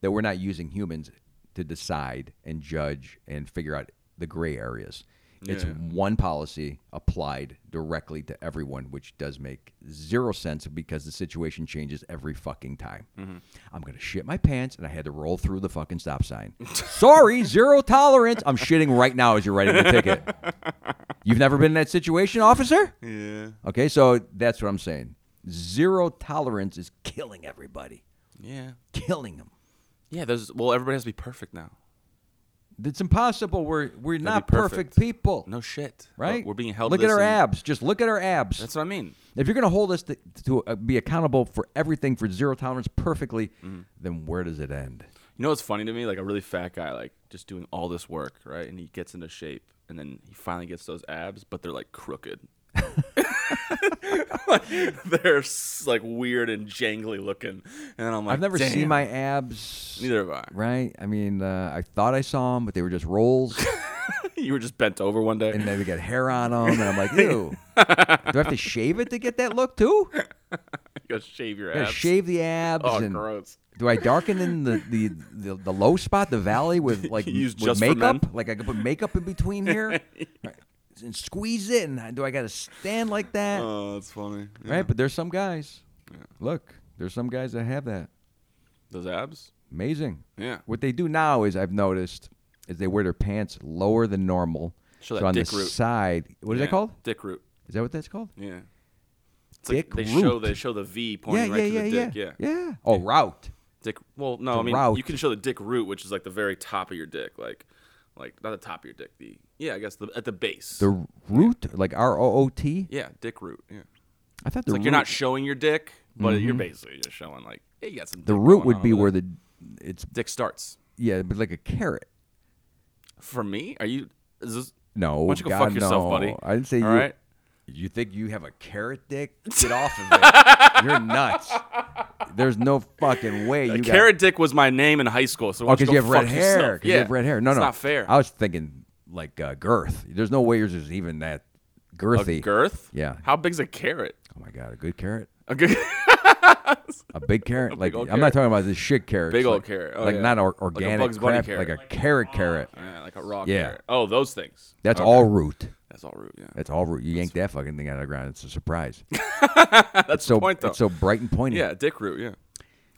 Speaker 2: that we're not using humans to decide and judge and figure out the gray areas. It's
Speaker 3: Yeah.
Speaker 2: one policy applied directly to everyone, which does make zero sense because the situation changes every fucking time.
Speaker 3: Mm-hmm.
Speaker 2: I'm gonna shit my pants, and I had to roll through the fucking stop sign. Sorry, zero tolerance. I'm shitting right now as you're writing the ticket. You've never been in that situation, officer.
Speaker 3: Yeah.
Speaker 2: Okay, so that's what I'm saying. Zero tolerance is killing everybody,
Speaker 3: Yeah.
Speaker 2: killing them.
Speaker 3: Yeah. There's well, everybody has to be perfect now.
Speaker 2: It's impossible. We're we're not
Speaker 3: be perfect.
Speaker 2: perfect. people,
Speaker 3: No shit.
Speaker 2: right?
Speaker 3: We're being held. to
Speaker 2: Look at
Speaker 3: this
Speaker 2: our
Speaker 3: and-
Speaker 2: abs. Just look at our abs.
Speaker 3: That's what I mean.
Speaker 2: if you're going to hold us to, to uh, be accountable for everything for zero tolerance perfectly,
Speaker 3: Mm-hmm.
Speaker 2: then where does it end?
Speaker 3: You know what's funny to me? Like a really fat guy, like just doing all this work, right? And he gets into shape, and then he finally gets those abs, but they're like crooked. they're s- like weird and jangly looking, and I'm like,
Speaker 2: I've never
Speaker 3: "Damn."
Speaker 2: seen my abs.
Speaker 3: Neither have I.
Speaker 2: Right? I mean, uh, I thought I saw them, but they were just rolls,
Speaker 3: you were just bent over one day.
Speaker 2: and then they got hair on them, and I'm like, ew. Do I have to shave it to get that look too?
Speaker 3: you gotta shave your
Speaker 2: I
Speaker 3: abs.
Speaker 2: shave the abs.
Speaker 3: oh,
Speaker 2: and
Speaker 3: gross.
Speaker 2: Do I darken in the the, the, the low spot, the valley, with like
Speaker 3: You use
Speaker 2: with
Speaker 3: Just for
Speaker 2: makeup?
Speaker 3: Men?
Speaker 2: Like I could put makeup in between here Right. and squeeze it. And I- do I got to stand like that?
Speaker 3: Oh, that's funny. Yeah.
Speaker 2: Right, but there's some guys.
Speaker 3: Yeah.
Speaker 2: Look, there's some guys that have that.
Speaker 3: Those abs.
Speaker 2: Amazing.
Speaker 3: Yeah.
Speaker 2: What they do now is I've noticed is they wear their pants lower than normal.
Speaker 3: Show that
Speaker 2: so on
Speaker 3: dick
Speaker 2: the
Speaker 3: root.
Speaker 2: side, what is
Speaker 3: Yeah.
Speaker 2: that called?
Speaker 3: Dick root.
Speaker 2: Is that what that's called?
Speaker 3: Yeah. It's
Speaker 2: Dick
Speaker 3: like they show
Speaker 2: root.
Speaker 3: they show the V pointing right to the dick. Yeah.
Speaker 2: yeah. Oh, route.
Speaker 3: Dick. Well, no,
Speaker 2: The
Speaker 3: I mean
Speaker 2: route.
Speaker 3: you can show the dick root, which is like the very top of your dick, like, like not the top of your dick. The yeah, I guess the, at the base.
Speaker 2: The root, like R O O T.
Speaker 3: yeah, dick root. Yeah.
Speaker 2: I thought
Speaker 3: It's
Speaker 2: the root,
Speaker 3: like
Speaker 2: Mm-hmm.
Speaker 3: you're not showing your dick, but you're basically just showing like, hey, you got some.
Speaker 2: the
Speaker 3: dick
Speaker 2: root
Speaker 3: going
Speaker 2: would
Speaker 3: on
Speaker 2: be
Speaker 3: over
Speaker 2: where
Speaker 3: there.
Speaker 2: the it's
Speaker 3: dick starts.
Speaker 2: yeah, but like a carrot.
Speaker 3: For me, are you? Is this?
Speaker 2: No,
Speaker 3: Why don't you go
Speaker 2: God,
Speaker 3: fuck yourself,
Speaker 2: no.
Speaker 3: buddy?
Speaker 2: I didn't say
Speaker 3: All
Speaker 2: you.
Speaker 3: right?
Speaker 2: You think you have a carrot dick? Get off of it. You're nuts. There's no fucking way you
Speaker 3: A
Speaker 2: got
Speaker 3: carrot dick was my name in high school, so
Speaker 2: Oh,
Speaker 3: why don't
Speaker 2: because
Speaker 3: go
Speaker 2: you have red
Speaker 3: fuck
Speaker 2: hair.
Speaker 3: yourself?
Speaker 2: 'cause you have red hair. No,
Speaker 3: it's
Speaker 2: no,
Speaker 3: not fair.
Speaker 2: I was thinking like uh, girth. There's no way yours is even that girthy.
Speaker 3: a girth.
Speaker 2: Yeah.
Speaker 3: How big's a carrot?
Speaker 2: Oh my god, a good carrot,
Speaker 3: A good
Speaker 2: a big carrot. like
Speaker 3: old
Speaker 2: I'm not
Speaker 3: carrot.
Speaker 2: talking about this shit carrot.
Speaker 3: Big
Speaker 2: like,
Speaker 3: old carrot. Oh,
Speaker 2: like
Speaker 3: yeah.
Speaker 2: not or-
Speaker 3: Like a
Speaker 2: organic
Speaker 3: Bugs Bunny
Speaker 2: crap,
Speaker 3: carrot.
Speaker 2: Like a carrot carrot.
Speaker 3: yeah, like a raw
Speaker 2: Yeah.
Speaker 3: carrot. Oh, those things.
Speaker 2: That's
Speaker 3: Okay.
Speaker 2: all root.
Speaker 3: That's all root. Yeah.
Speaker 2: That's all root. You yank that fucking thing out of the ground. It's a surprise.
Speaker 3: That's
Speaker 2: so
Speaker 3: the point though.
Speaker 2: it's so bright and pointy.
Speaker 3: yeah, dick root. Yeah.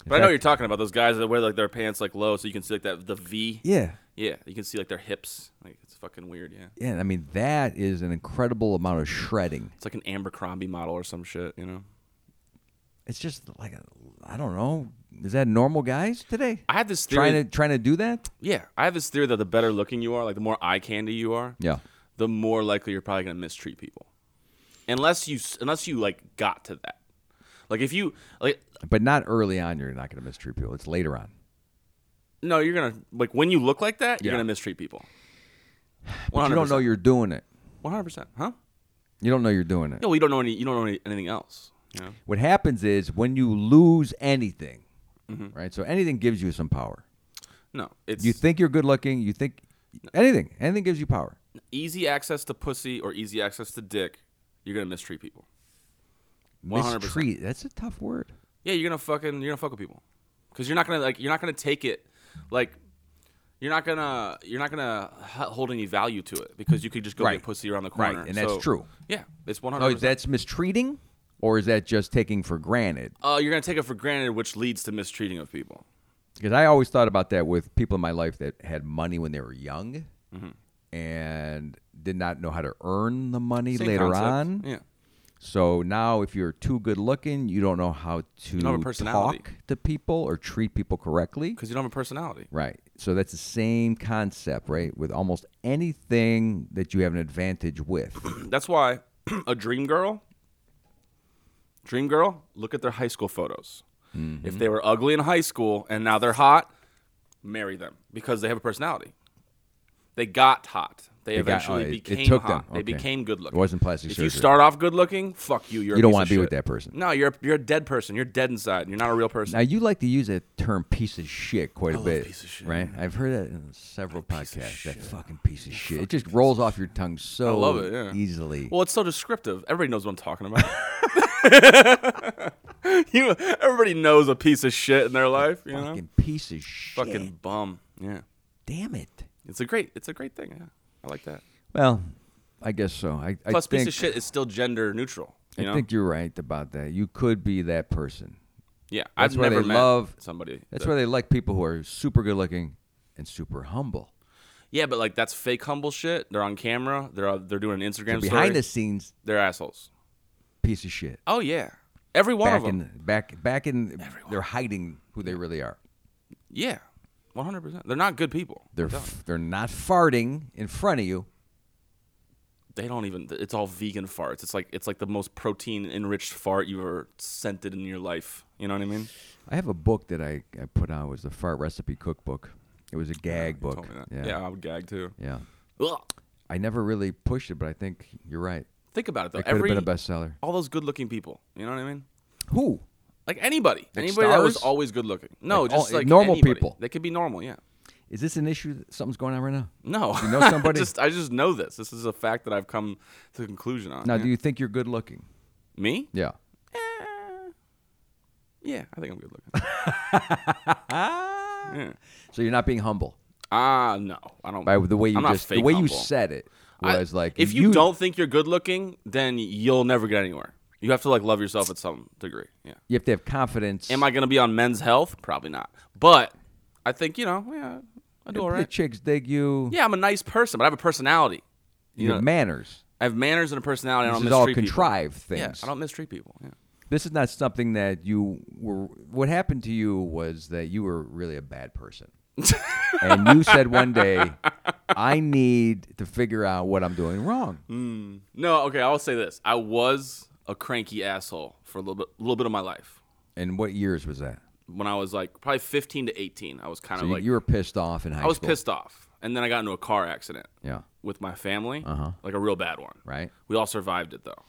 Speaker 3: But I know
Speaker 2: fact-
Speaker 3: what you're talking about those guys that wear like their pants like low, so you can see like that the V.
Speaker 2: Yeah.
Speaker 3: Yeah, you can see like their hips. Like it's fucking weird. Yeah.
Speaker 2: Yeah, I mean that is an incredible amount of shredding.
Speaker 3: It's like an Abercrombie model or some shit. You know.
Speaker 2: It's just like a, I don't know. Is that normal guys today?
Speaker 3: I had this theory.
Speaker 2: trying to trying to do that?
Speaker 3: yeah, I have this theory that the better looking you are, like the more eye candy you are,
Speaker 2: Yeah.
Speaker 3: the more likely you're probably gonna mistreat people, unless you s- unless you like got to that. Like if you like
Speaker 2: But not early on. You're not going to mistreat people. It's later on.
Speaker 3: No, you're gonna like when you look like that, you're
Speaker 2: Yeah.
Speaker 3: gonna mistreat people.
Speaker 2: But you don't know you're doing it.
Speaker 3: one hundred percent, huh?
Speaker 2: You don't know you're doing it.
Speaker 3: No, you don't know any. You don't know any, anything else. You know?
Speaker 2: What happens is when you lose anything, right? So anything gives you some power.
Speaker 3: No, Mm-hmm. it's
Speaker 2: You think you're good looking. You think anything, anything gives you power.
Speaker 3: easy access to pussy or easy access to dick. You're gonna mistreat people. One hundred percent.
Speaker 2: Mistreat. That's a tough word.
Speaker 3: Yeah, you're gonna fucking you're gonna fuck with people, because you're not gonna like you're not gonna take it, like you're not gonna you're not gonna h- hold any value to it because you could just go
Speaker 2: Right.
Speaker 3: get pussy around the
Speaker 2: Right,
Speaker 3: corner.
Speaker 2: and that's
Speaker 3: So,
Speaker 2: true.
Speaker 3: Yeah, it's one
Speaker 2: Oh,
Speaker 3: hundred.
Speaker 2: is that's mistreating, or is that just taking for granted?
Speaker 3: Uh, you're gonna take it for granted, which leads to mistreating of people.
Speaker 2: because I always thought about that with people in my life that had money when they were young and did not know how to earn the money
Speaker 3: Mm-hmm. Same
Speaker 2: later
Speaker 3: concept.
Speaker 2: on.
Speaker 3: Yeah.
Speaker 2: So now, if you're too good looking, you don't know how to
Speaker 3: don't have a personality.
Speaker 2: talk to people or treat people correctly.
Speaker 3: because you don't have a personality.
Speaker 2: Right. So that's the same concept, right? With almost anything that you have an advantage with.
Speaker 3: That's why a dream girl, dream girl, look at their high school photos. If
Speaker 2: Mm-hmm.
Speaker 3: they were ugly in high school and now they're hot, marry them because they have a personality. They got hot. They,
Speaker 2: They got-
Speaker 3: eventually
Speaker 2: oh, it- it
Speaker 3: became
Speaker 2: took them.
Speaker 3: hot. They
Speaker 2: Okay.
Speaker 3: became good looking.
Speaker 2: It wasn't plastic
Speaker 3: If you
Speaker 2: surgery.
Speaker 3: start off good looking, fuck you. You're
Speaker 2: You
Speaker 3: a
Speaker 2: don't
Speaker 3: piece
Speaker 2: wanna
Speaker 3: of
Speaker 2: be with
Speaker 3: shit.
Speaker 2: that person.
Speaker 3: No, you're a, you're a dead person. You're dead inside. You're not a real person.
Speaker 2: Now you like to use that term "piece of shit" quite a
Speaker 3: love
Speaker 2: bit,
Speaker 3: piece of shit,
Speaker 2: right? I've heard that in several podcasts. That fucking piece of shit. It just rolls off your tongue so
Speaker 3: love it, yeah.
Speaker 2: easily.
Speaker 3: Well, it's so descriptive. Everybody knows what I'm talking about. you, everybody knows a piece of shit in their life. You know,
Speaker 2: fucking piece of shit.
Speaker 3: fucking bum. Yeah,
Speaker 2: damn it.
Speaker 3: it's a great, it's a great thing. Yeah, I like that.
Speaker 2: Well, I guess so. I, I
Speaker 3: Plus,
Speaker 2: think
Speaker 3: piece of shit is still gender neutral. You
Speaker 2: I
Speaker 3: know?
Speaker 2: think you're right about that. You could be that person.
Speaker 3: yeah,
Speaker 2: that's
Speaker 3: I've
Speaker 2: why they
Speaker 3: never met
Speaker 2: love-
Speaker 3: somebody.
Speaker 2: That's
Speaker 3: that-
Speaker 2: why they like people who are super good looking and super humble.
Speaker 3: Yeah, but like that's fake humble shit. They're on camera. They're uh, they're doing an Instagram story.
Speaker 2: Behind the scenes,
Speaker 3: They're assholes.
Speaker 2: piece of shit.
Speaker 3: Oh yeah, every one
Speaker 2: Back
Speaker 3: of them.
Speaker 2: in back back in they're hiding who they really are.
Speaker 3: yeah, one hundred percent. They're not good people.
Speaker 2: They're f- they're not farting in front of you.
Speaker 3: They don't even. It's all vegan farts. It's like it's like the most protein enriched fart you ever scented in your life. You know what I mean?
Speaker 2: I have a book that I, I put out. It was the fart recipe cookbook. It was a gag book.
Speaker 3: Told me that.
Speaker 2: Yeah.
Speaker 3: yeah, I would gag too.
Speaker 2: Yeah.
Speaker 3: Ugh.
Speaker 2: I never really pushed it, but I think you're right.
Speaker 3: Think about it though.
Speaker 2: It could
Speaker 3: Every
Speaker 2: have been a bestseller.
Speaker 3: all those good looking people. You know what I mean?
Speaker 2: Who?
Speaker 3: Like anybody,
Speaker 2: Like
Speaker 3: anybody that was
Speaker 2: stars?
Speaker 3: always good looking. No,
Speaker 2: Like all-
Speaker 3: just like
Speaker 2: normal
Speaker 3: anybody.
Speaker 2: people.
Speaker 3: They could be normal. Yeah.
Speaker 2: Is this an issue? That something's going on right now.
Speaker 3: No,
Speaker 2: You know
Speaker 3: I
Speaker 2: somebody?
Speaker 3: just I just know this. This is a fact that I've come to the conclusion on.
Speaker 2: Now,
Speaker 3: yeah.
Speaker 2: do you think you're good looking?
Speaker 3: me?
Speaker 2: Yeah.
Speaker 3: Yeah, I think I'm good looking. yeah.
Speaker 2: So you're not being humble
Speaker 3: Ah, no, I don't.
Speaker 2: by the way you
Speaker 3: I'm not
Speaker 2: just the
Speaker 3: fake
Speaker 2: way you
Speaker 3: humble.
Speaker 2: said it
Speaker 3: I-
Speaker 2: was like
Speaker 3: if you, don't think you're good looking, then you'll never get anywhere. You have to like love yourself at some degree. Yeah.
Speaker 2: you have to have confidence.
Speaker 3: Am I gonna be on Men's Health? Probably not. But I think you know, yeah, I do all
Speaker 2: The
Speaker 3: right.
Speaker 2: chicks dig you.
Speaker 3: Yeah, I'm a nice person, but I have a personality.
Speaker 2: Your
Speaker 3: know-
Speaker 2: manners.
Speaker 3: I have manners and a personality. I
Speaker 2: This
Speaker 3: don't
Speaker 2: is all
Speaker 3: mistreat people.
Speaker 2: contrived things.
Speaker 3: Yeah, I don't mistreat people. Yeah.
Speaker 2: this is not something that you were. What happened to you was that you were really a bad person, and you said one day, "I need to figure out what I'm doing wrong."
Speaker 3: Hmm. No, okay, I'll say this. I was a cranky asshole for a little bit, little bit of my life.
Speaker 2: And what years was that?
Speaker 3: When I was like probably 15 to 18, I was kind
Speaker 2: So
Speaker 3: of
Speaker 2: you,
Speaker 3: like
Speaker 2: you were pissed off in high
Speaker 3: I was
Speaker 2: school.
Speaker 3: pissed off. And then I got into a car accident
Speaker 2: Yeah.
Speaker 3: with my family,
Speaker 2: Uh-huh.
Speaker 3: like a real bad one.
Speaker 2: Right.
Speaker 3: We all survived it though.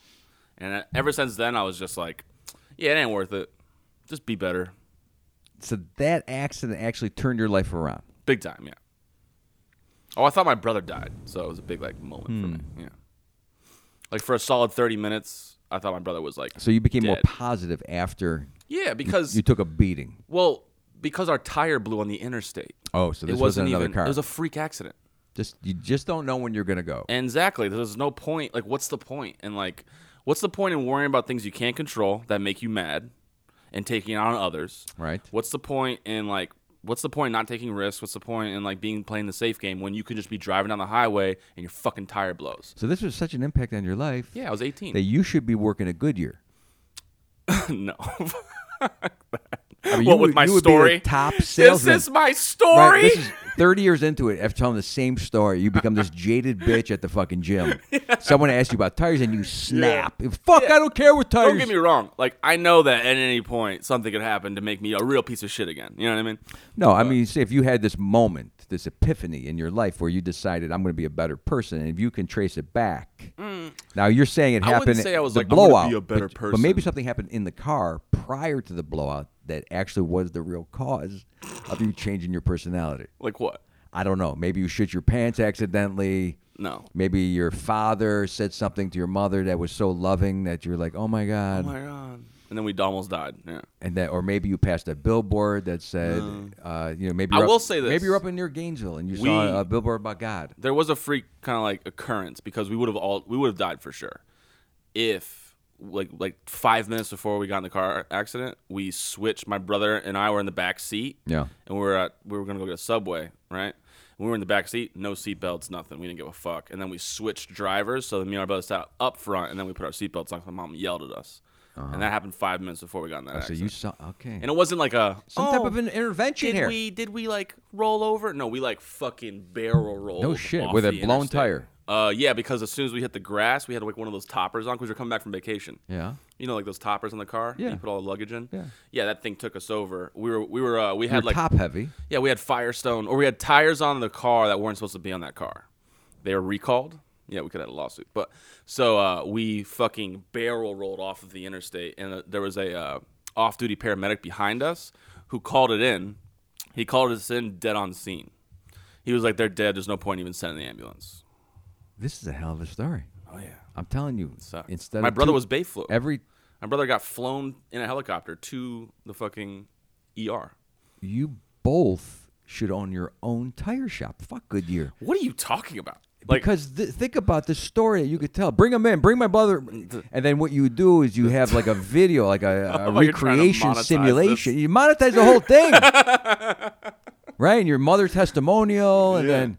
Speaker 3: And I- ever since then I was just like, yeah, it ain't worth it. Just be better.
Speaker 2: So that accident actually turned your life around.
Speaker 3: Big time, yeah. Oh, I thought my brother died, so it was a big like moment
Speaker 2: Hmm.
Speaker 3: for me. Yeah. Like for a solid 30 minutes, I thought my brother was like
Speaker 2: So you became more
Speaker 3: Dead.
Speaker 2: positive after
Speaker 3: Yeah, because
Speaker 2: you took a beating.
Speaker 3: Well, because our tire blew on the interstate.
Speaker 2: Oh, so this
Speaker 3: it
Speaker 2: wasn't
Speaker 3: wasn't,
Speaker 2: another
Speaker 3: even.
Speaker 2: car.
Speaker 3: It was a freak accident.
Speaker 2: Just you just don't know when you're gonna go.
Speaker 3: And exactly. There's no point. Like, what's the point? And like, what's the point in worrying about things you can't control that make you mad, and taking it on others?
Speaker 2: Right.
Speaker 3: What's the point in like? What's the point in not taking risks? What's the point in like being playing the safe game when you could just be driving down the highway and your fucking tire blows?
Speaker 2: So this was such an impact on your life.
Speaker 3: Yeah, I was 18.
Speaker 2: That you should be working at Goodyear.
Speaker 3: no.
Speaker 2: I mean, you
Speaker 3: what with
Speaker 2: would-
Speaker 3: my
Speaker 2: you would be the
Speaker 3: story?
Speaker 2: top
Speaker 3: This
Speaker 2: salesman.
Speaker 3: is my
Speaker 2: Right,
Speaker 3: story.
Speaker 2: this is thirty years into it. After telling the same story, you become this jaded bitch at the fucking gym. Someone asks you about tires, and you snap. Fuck, I don't care what tires.
Speaker 3: Don't get me wrong. Like I know that at any point something could happen to make me a real piece of shit again. You know what I mean?
Speaker 2: No, I mean, say if you had this moment, this epiphany in your life where you decided I'm going to be a better person, and if you can trace it back, now you're saying it
Speaker 3: Mm. I wouldn't
Speaker 2: happened.
Speaker 3: say I was
Speaker 2: the
Speaker 3: like, "I'm gonna be
Speaker 2: blowout,
Speaker 3: a better
Speaker 2: but, but
Speaker 3: person."
Speaker 2: maybe something happened in the car prior to the blowout that actually was the real cause of you changing your personality.
Speaker 3: Like what?
Speaker 2: I don't know. Maybe you shit your pants accidentally.
Speaker 3: No.
Speaker 2: Maybe your father said something to your mother that was so loving that you're like, oh my god,
Speaker 3: my god. uh, And then we almost died. Yeah.
Speaker 2: and that, or maybe you passed a billboard that said, uh, you know, maybe
Speaker 3: I
Speaker 2: you're up-
Speaker 3: will say this.
Speaker 2: maybe you're up in near Gainesville and you
Speaker 3: We-
Speaker 2: saw a billboard about God.
Speaker 3: There was a freak kind of like occurrence because we would have all we would have died for sure if like like five minutes before we got in the car accident we switched. My brother and I were in the back seat.
Speaker 2: Yeah.
Speaker 3: And we were at we were gonna go get a subway, right? We were in the back seat, no seatbelts, nothing. We didn't give a fuck. And then we switched drivers, so me and my brother sat up front, and then we put our seatbelts on. 'cause My mom yelled at us, and that happened five minutes before we got in that
Speaker 2: So
Speaker 3: accident.
Speaker 2: Uh-huh. you saw okay,
Speaker 3: and it wasn't like a
Speaker 2: some
Speaker 3: "Oh,
Speaker 2: type of an intervention
Speaker 3: did
Speaker 2: here.
Speaker 3: we did we like roll over? No, we like fucking barrel rolled.
Speaker 2: No shit,
Speaker 3: off
Speaker 2: with a
Speaker 3: the
Speaker 2: blown
Speaker 3: interstate.
Speaker 2: tire.
Speaker 3: Uh, yeah, because as soon as we hit the grass, we had like one of those toppers on because we were coming back from vacation.
Speaker 2: yeah,
Speaker 3: You know, like those toppers on the car. that
Speaker 2: Yeah.
Speaker 3: You put all the luggage in.
Speaker 2: Yeah.
Speaker 3: Yeah, that thing took us over. We were we were uh, we
Speaker 2: you're
Speaker 3: had like
Speaker 2: top heavy.
Speaker 3: yeah we had Firestone or we had tires on the car that weren't supposed to be on that car. They were recalled. Yeah, we could have had a lawsuit, but so uh, we fucking barrel rolled off of the interstate, and uh, there was a uh, off-duty paramedic behind us who called it in. He called us in dead on scene. He was like, "They're dead. There's no point even sending the ambulance."
Speaker 2: This is a hell of a story.
Speaker 3: Oh yeah,
Speaker 2: I'm telling you.
Speaker 3: sucked.
Speaker 2: Instead,
Speaker 3: my
Speaker 2: of
Speaker 3: brother
Speaker 2: two-
Speaker 3: was bay flu.
Speaker 2: every.
Speaker 3: my brother got flown in a helicopter to the fucking ER.
Speaker 2: You both should own your own tire shop. Fuck Goodyear.
Speaker 3: What are you talking about? Like-
Speaker 2: because th- think about the story that you could tell. Bring them in. Bring my brother. And then what you do is you have like a video, like a, a
Speaker 3: Oh, you're trying to
Speaker 2: recreation
Speaker 3: monetize this.
Speaker 2: simulation. You monetize the whole thing, right? And your mother testimonial, and
Speaker 1: Yeah.
Speaker 2: then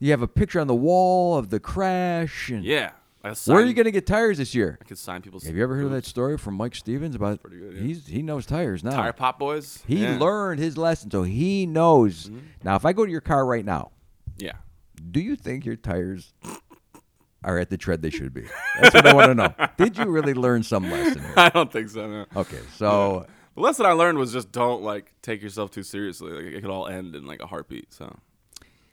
Speaker 2: you have a picture on the wall of the crash. And
Speaker 3: Yeah. I
Speaker 2: Where are you
Speaker 3: sign-
Speaker 2: going to get tires this year?
Speaker 3: I could sign people's.
Speaker 2: Have you ever heard of that story from Mike Stevens about?
Speaker 3: good, yeah.
Speaker 2: He's he knows tires now.
Speaker 3: Tire Pop Boys?
Speaker 2: He
Speaker 3: yeah. Mm-hmm.
Speaker 2: learned his lesson, so he knows. Now, if I go to your car right now,
Speaker 3: Yeah.
Speaker 2: do you think your tires are at the tread they should be? That's what I want to know. Did you really learn some lesson here?
Speaker 3: I don't think so. No.
Speaker 2: Okay, so
Speaker 3: The lesson I learned was just don't like take yourself too seriously. Like it could all end in like a heartbeat. So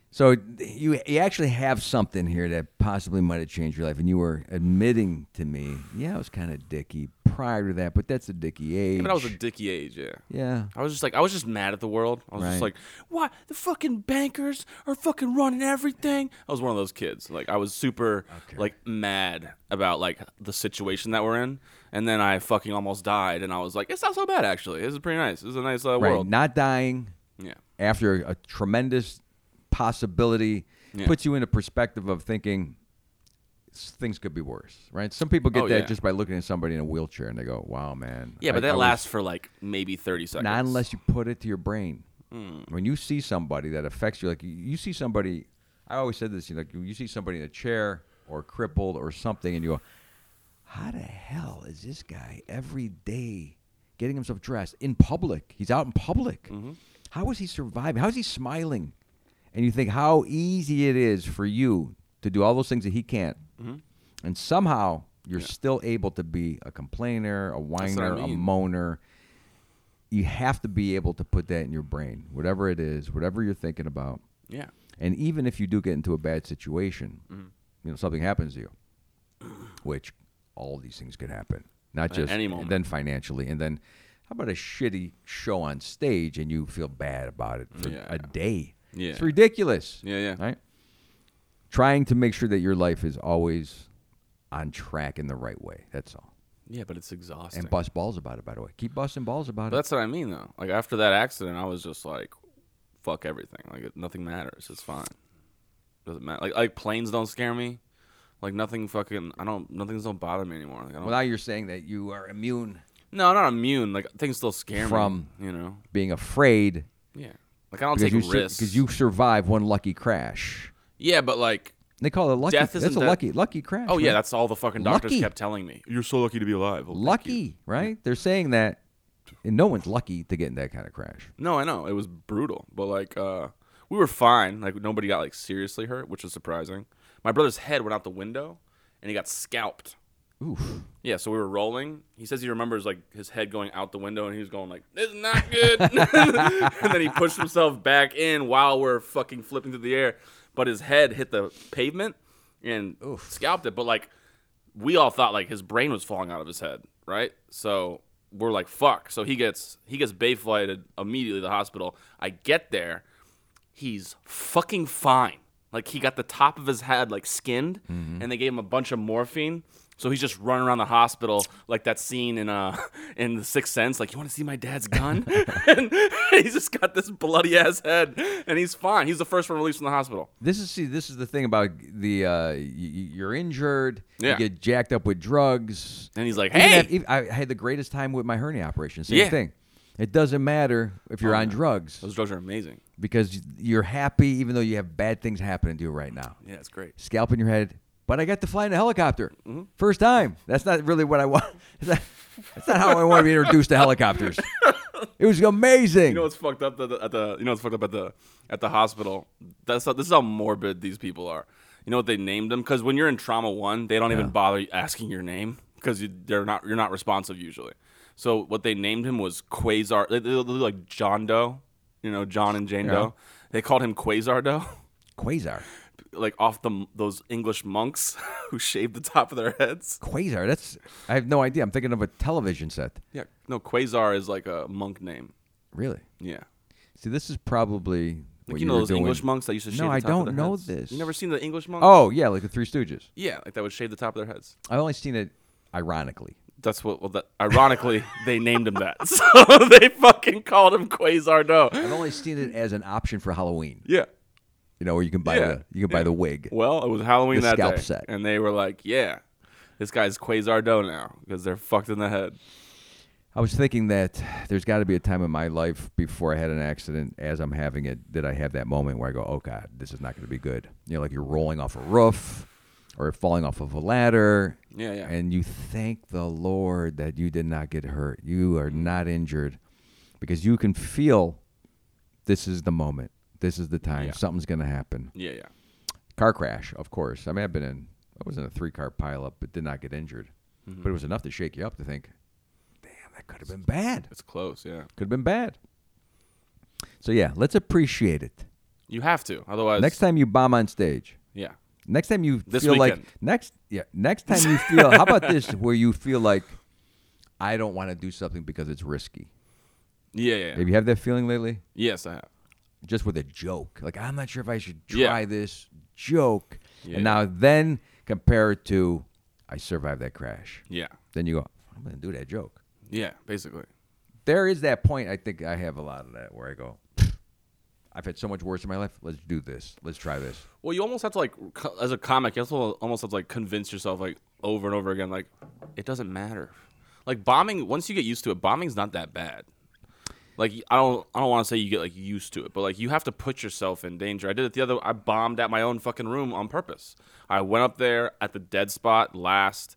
Speaker 2: so you you actually have something here that possibly might have changed your life, and you were admitting to me, yeah, I was kind of dicky prior to that, but that's a dicky age.
Speaker 3: but I was a dicky age, yeah.
Speaker 2: yeah.
Speaker 3: I was just like I was just mad at the world. I was
Speaker 2: Right.
Speaker 3: just like, why the fucking bankers are fucking running everything? I was one of those kids. Like I was super like mad about like the situation that we're in. And then I fucking almost died and I was like, it's not so bad actually. This is pretty nice. This is a nice uh,
Speaker 2: Right,
Speaker 3: world.
Speaker 2: not dying.
Speaker 3: yeah.
Speaker 2: after a tremendous possibility
Speaker 3: Yeah.
Speaker 2: puts you in a perspective of thinking s- things could be worse, right? Some people get
Speaker 3: Oh,
Speaker 2: that
Speaker 3: yeah.
Speaker 2: just by looking at somebody in a wheelchair and they go, "Wow, man."
Speaker 3: Yeah,
Speaker 2: I-
Speaker 3: but
Speaker 2: I
Speaker 3: that
Speaker 2: was-
Speaker 3: lasts for like maybe 30 seconds.
Speaker 2: not unless you put it to your brain.
Speaker 3: Hmm.
Speaker 2: When you see somebody that affects you, like you, you see somebody, I always said this, you know, like you see somebody in a chair or crippled or something, and you go, "How the hell is this guy every day getting himself dressed in public? He's out in public.
Speaker 3: Mm-hmm.
Speaker 2: How is he surviving? How is he smiling?" And you think how easy it is for you to do all those things that he can't,
Speaker 3: Mm-hmm.
Speaker 2: and somehow you're still able to be a complainer, a
Speaker 3: what I
Speaker 2: whiner, a
Speaker 3: mean.
Speaker 2: moaner you have to be able to put that in your brain, whatever it is, whatever you're thinking about.
Speaker 3: Yeah.
Speaker 2: And even if you do get into a bad situation,
Speaker 3: Mm-hmm.
Speaker 2: you know, something happens to you, which all these things could happen. Not
Speaker 3: At
Speaker 2: just
Speaker 3: any
Speaker 2: and
Speaker 3: moment.
Speaker 2: then financially and then how about a shitty show on stage and you feel bad about it for
Speaker 3: Yeah.
Speaker 2: a day.
Speaker 3: Yeah.
Speaker 2: It's ridiculous.
Speaker 3: Yeah, yeah.
Speaker 2: Right? Trying to make sure that your life is always on track in the right way. That's all.
Speaker 3: Yeah, but it's exhausting.
Speaker 2: And bust balls about it, by the way. Keep busting balls about it.
Speaker 3: But that's what I mean, though. Like after that accident, I was just like, "Fuck everything. Like it- nothing matters. It's fine. Doesn't matter. Like like planes don't scare me. Like nothing fucking. I don't. Nothing's don't bother me anymore. Like I don't.
Speaker 2: Well, now you're saying that you are immune
Speaker 3: no, I'm not immune. Like things still scare
Speaker 2: From-
Speaker 3: me. You know.
Speaker 2: being afraid
Speaker 3: Yeah. Like I don't
Speaker 2: because
Speaker 3: take
Speaker 2: you, sur-
Speaker 3: risks.
Speaker 2: 'cause you survive one lucky crash.
Speaker 3: Yeah, but like.
Speaker 2: They call it a lucky.
Speaker 3: Death
Speaker 2: that's
Speaker 3: isn't
Speaker 2: a
Speaker 3: that-
Speaker 2: lucky lucky crash.
Speaker 3: Oh yeah,
Speaker 2: right?
Speaker 3: that's all the fucking doctors
Speaker 2: Lucky.
Speaker 3: kept telling me. You're so lucky to be alive. Well, thank you.
Speaker 2: lucky, right? They're saying that, and no one's lucky to get in that kind of crash.
Speaker 3: No, I know it was brutal, but like uh, we were fine. Like nobody got like seriously hurt, which was surprising. My brother's head went out the window, and he got scalped.
Speaker 2: Oof.
Speaker 3: Yeah, so we were rolling. He says he remembers like his head going out the window, and he was going like, "This is not good." and then he pushed himself back in while we're fucking flipping through the air, but his head hit the pavement and scalped it. But like, we all thought like his brain was falling out of his head, right? So we're like, "Fuck!" So he gets he gets bay flighted immediately to the hospital. I get there, he's fucking fine. Like he got the top of his head like skinned,
Speaker 2: Mm-hmm.
Speaker 3: and they gave him a bunch of morphine. So he's just running around the hospital like that scene in uh in The Sixth Sense, like you want to see my dad's gun, and he's just got this bloody ass head, and he's fine. He's the first one released from the hospital.
Speaker 2: This is see. This is the thing about the uh, y- y- you're injured.
Speaker 3: Yeah.
Speaker 2: You get jacked up with drugs.
Speaker 3: And he's like,
Speaker 2: Even
Speaker 3: "Hey!"
Speaker 2: if- even- I had the greatest time with my hernia operation. Same
Speaker 3: Yeah. Oh,
Speaker 2: thing. It doesn't matter if you're on drugs
Speaker 3: Those drugs are amazing.
Speaker 2: because you're happy even though you have bad things happening to you right now.
Speaker 3: Yeah, it's great.
Speaker 2: scalping your head. But I got to fly in a helicopter.
Speaker 3: Mm-hmm.
Speaker 2: First time. That's not really what I want. That's not, that's not how I want to be introduced to helicopters. It was amazing.
Speaker 3: You know what's fucked up at the, at the you know what's fucked up at the at the hospital. That's how, this is how morbid these people are. You know what they named them? Because when you're in trauma one, they don't even bother asking your name because you, they're not you're not responsive usually. So what they named him was Quasar. They, they look like John Doe, you know John and Jane Doe. They called him Quasar Doe,
Speaker 2: Quasar.
Speaker 3: like off the those English monks who shaved the top of their heads.
Speaker 2: Quasar. That's I have no idea. I'm thinking of a television set.
Speaker 3: Yeah, no Quasar is like a monk name.
Speaker 2: Really?
Speaker 3: Yeah.
Speaker 2: See, this is probably what you,
Speaker 3: Like, you know
Speaker 2: were
Speaker 3: those
Speaker 2: doing.
Speaker 3: English monks that used to shave
Speaker 2: No,
Speaker 3: the
Speaker 2: I
Speaker 3: top of
Speaker 2: don't
Speaker 3: their
Speaker 2: know
Speaker 3: heads?
Speaker 2: this.
Speaker 3: You never seen the English monks?
Speaker 2: Oh yeah, like the Three Stooges.
Speaker 3: Yeah, like that would shave the top of their heads.
Speaker 2: I've only seen it ironically.
Speaker 3: That's what. Well, that, ironically, they named him that, so they fucking called him Quasar Doe.
Speaker 2: I've only seen it as an option for Halloween.
Speaker 3: Yeah,
Speaker 2: You know, or you can buy
Speaker 3: Yeah,
Speaker 2: the you can buy the wig.
Speaker 3: Well, it was Halloween
Speaker 2: The
Speaker 3: that
Speaker 2: scalp
Speaker 3: day,
Speaker 2: set.
Speaker 3: and they were like, "Yeah, this guy's Quasar Doe now because they're fucked in the head."
Speaker 2: I was thinking that there's got to be a time in my life before I had an accident, as I'm having it, that I have that moment where I go, "Oh God, this is not going to be good." You know, like you're rolling off a roof or falling off of a ladder.
Speaker 3: Yeah, yeah.
Speaker 2: And you thank the Lord that you did not get hurt. You are not injured, because you can feel this is the moment. This is the time.
Speaker 3: Yeah.
Speaker 2: Something's going to happen.
Speaker 3: Yeah, yeah.
Speaker 2: car crash, of course. I mean, I've been in, I was in a three car pileup, but did not get injured. But it was enough to shake you up to think, damn, that could have been bad.
Speaker 3: It's close. Yeah,
Speaker 2: Could have been bad. So, yeah, let's appreciate it.
Speaker 3: you have to. Otherwise,
Speaker 2: Next time you bomb on stage,
Speaker 3: yeah,
Speaker 2: next time you
Speaker 3: This
Speaker 2: feel like,
Speaker 3: weekend.
Speaker 2: next, yeah, next time you feel, how about this, where you feel like, I don't want to do something because it's risky.
Speaker 3: yeah, yeah. yeah.
Speaker 2: Have you have that feeling lately?
Speaker 3: Yes, I have.
Speaker 2: just with a joke. Like I'm not sure if I should
Speaker 3: Yeah.
Speaker 2: try this joke.
Speaker 3: Yeah.
Speaker 2: And now then compare it to I survived that crash.
Speaker 3: Yeah,
Speaker 2: Then you go, I'm gonna do that joke.
Speaker 3: yeah. Basically,
Speaker 2: There is that point I think I have a lot of that where I go, I've had so much worse in my life. Let's do this. Let's try this.
Speaker 3: well, you almost have to like, co- as a comic, you also almost have to like convince yourself like over and over again, like it doesn't matter. Like bombing, once you get used to it, bombing's not that bad. Like I don't, I don't want to say you get like used to it, but like you have to put yourself in danger. I did it the other. I bombed at my own fucking room on purpose. I went up there at the dead spot last.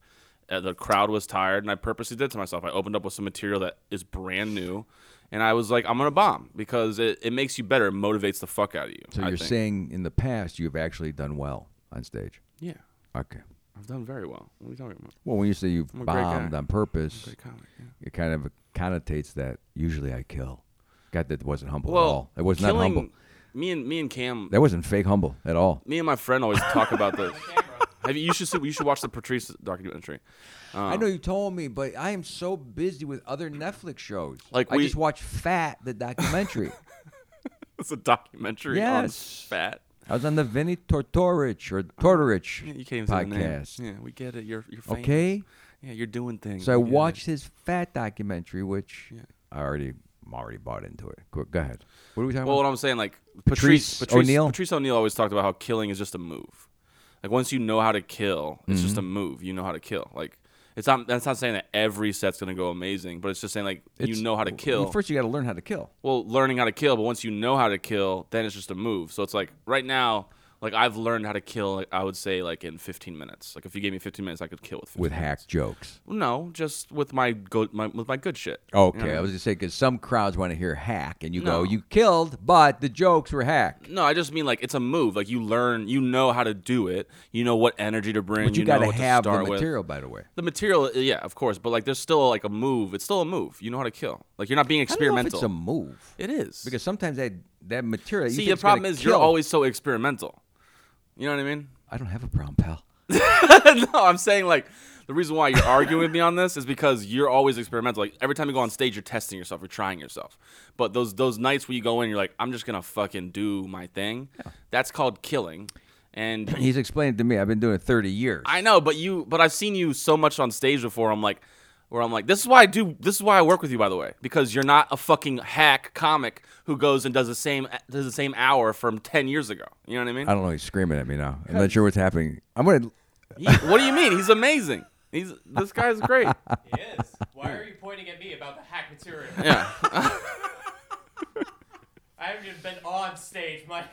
Speaker 3: uh, the crowd was tired, and I purposely did to myself. I opened up with some material that is brand new, and I was like, I'm gonna bomb because it, it makes you better. It motivates the fuck out of you.
Speaker 2: So
Speaker 3: I
Speaker 2: you're
Speaker 3: think.
Speaker 2: saying in the past you've actually done well on stage.
Speaker 3: Yeah,
Speaker 2: Okay.
Speaker 3: I've done very well. What are you talking about?
Speaker 2: Well, when you say you've
Speaker 3: a great guy.
Speaker 2: bombed on purpose,
Speaker 3: Great comic. Yeah.
Speaker 2: it kind of connotates that usually I kill. God, that wasn't humble at
Speaker 3: Well,
Speaker 2: all. It was
Speaker 3: killing,
Speaker 2: not humble.
Speaker 3: Me and me and Cam,
Speaker 2: That wasn't fake humble at all.
Speaker 3: me and my friend always talk about this. Have you, you should see, you should watch the Patrice documentary. Uh.
Speaker 2: I know you told me, but I am so busy with other Netflix shows.
Speaker 3: Like
Speaker 2: I
Speaker 3: we-
Speaker 2: just watched Fat, the documentary.
Speaker 3: It's a documentary on
Speaker 2: Yes.
Speaker 3: fat.
Speaker 2: I was on the Vinny Tortorich or Tortorich
Speaker 3: You can't even say the name.
Speaker 2: podcast.
Speaker 3: Yeah, we get it. You're you're famous.
Speaker 2: Okay,
Speaker 3: Yeah, you're doing things.
Speaker 2: so I
Speaker 3: We get it.
Speaker 2: watched his Fat documentary, which
Speaker 3: Yeah.
Speaker 2: I already I'm already bought into it. Go, go ahead. What are we talking
Speaker 3: Well, what
Speaker 2: about?
Speaker 3: I'm saying, like
Speaker 2: Patrice
Speaker 3: Patrice, Patrice
Speaker 2: O'Neal?
Speaker 3: Patrice O'Neill always talked about how killing is just a move. Like once you know how to kill, it's
Speaker 2: Mm-hmm.
Speaker 3: just a move. You know how to kill. Like it's not. That's not saying that every set's gonna go amazing, but it's just saying like
Speaker 2: It's-
Speaker 3: you know how to kill.
Speaker 2: Well, first, you got to learn how to kill.
Speaker 3: well, learning how to kill, but once you know how to kill, then it's just a move. So it's like right now, like I've learned how to kill. Like, I would say like in 15 minutes. Like if you gave me 15 minutes, I could kill with 15
Speaker 2: With
Speaker 3: minutes.
Speaker 2: hack jokes.
Speaker 3: No, just with my go my, with my good shit.
Speaker 2: Okay,
Speaker 3: You know?
Speaker 2: I was just saying because some crowds want to hear hack, and you go,
Speaker 3: No.
Speaker 2: "You killed," but the jokes were hack.
Speaker 3: No, I just mean like it's a move. Like you learn, you know how to do it. You know what energy to bring.
Speaker 2: But you,
Speaker 3: know
Speaker 2: got to
Speaker 3: what
Speaker 2: have
Speaker 3: to
Speaker 2: the
Speaker 3: start
Speaker 2: material, by the way.
Speaker 3: With. The material, uh, yeah, of course. But like, there's still like a move. It's still a move. You know how to kill. Like you're not being
Speaker 2: I don't know if
Speaker 3: experimental.
Speaker 2: it's a move.
Speaker 3: It is.
Speaker 2: Because sometimes that that material. you
Speaker 3: see,
Speaker 2: think's
Speaker 3: the problem
Speaker 2: gonna
Speaker 3: is you're
Speaker 2: kill-
Speaker 3: always so experimental. You know what I mean?
Speaker 2: I don't have a problem, pal.
Speaker 3: no, I'm saying like the reason why you're arguing with me on this is because you're always experimental. Like every time you go on stage, you're testing yourself, you're trying yourself. But those those nights where you go in, you're like, I'm just gonna fucking do my thing. That's called killing. And
Speaker 2: He's explained to me. I've been doing it 30 years.
Speaker 3: I know, but you, but I've seen you so much on stage before. I'm like, where I'm like, this is why I do, this is why I work with you, by the way, because you're not a fucking hack comic who goes and does the same, does the same hour from ten years ago. You know what I mean?
Speaker 2: I don't know. He's screaming at me now. I'm not sure what's happening. I'm gonna.
Speaker 3: He- what do you mean? He's amazing. He's this guy's great.
Speaker 4: He is. Why are you pointing at me about the hack material?
Speaker 3: Yeah,
Speaker 4: I haven't even been on stage, Mike.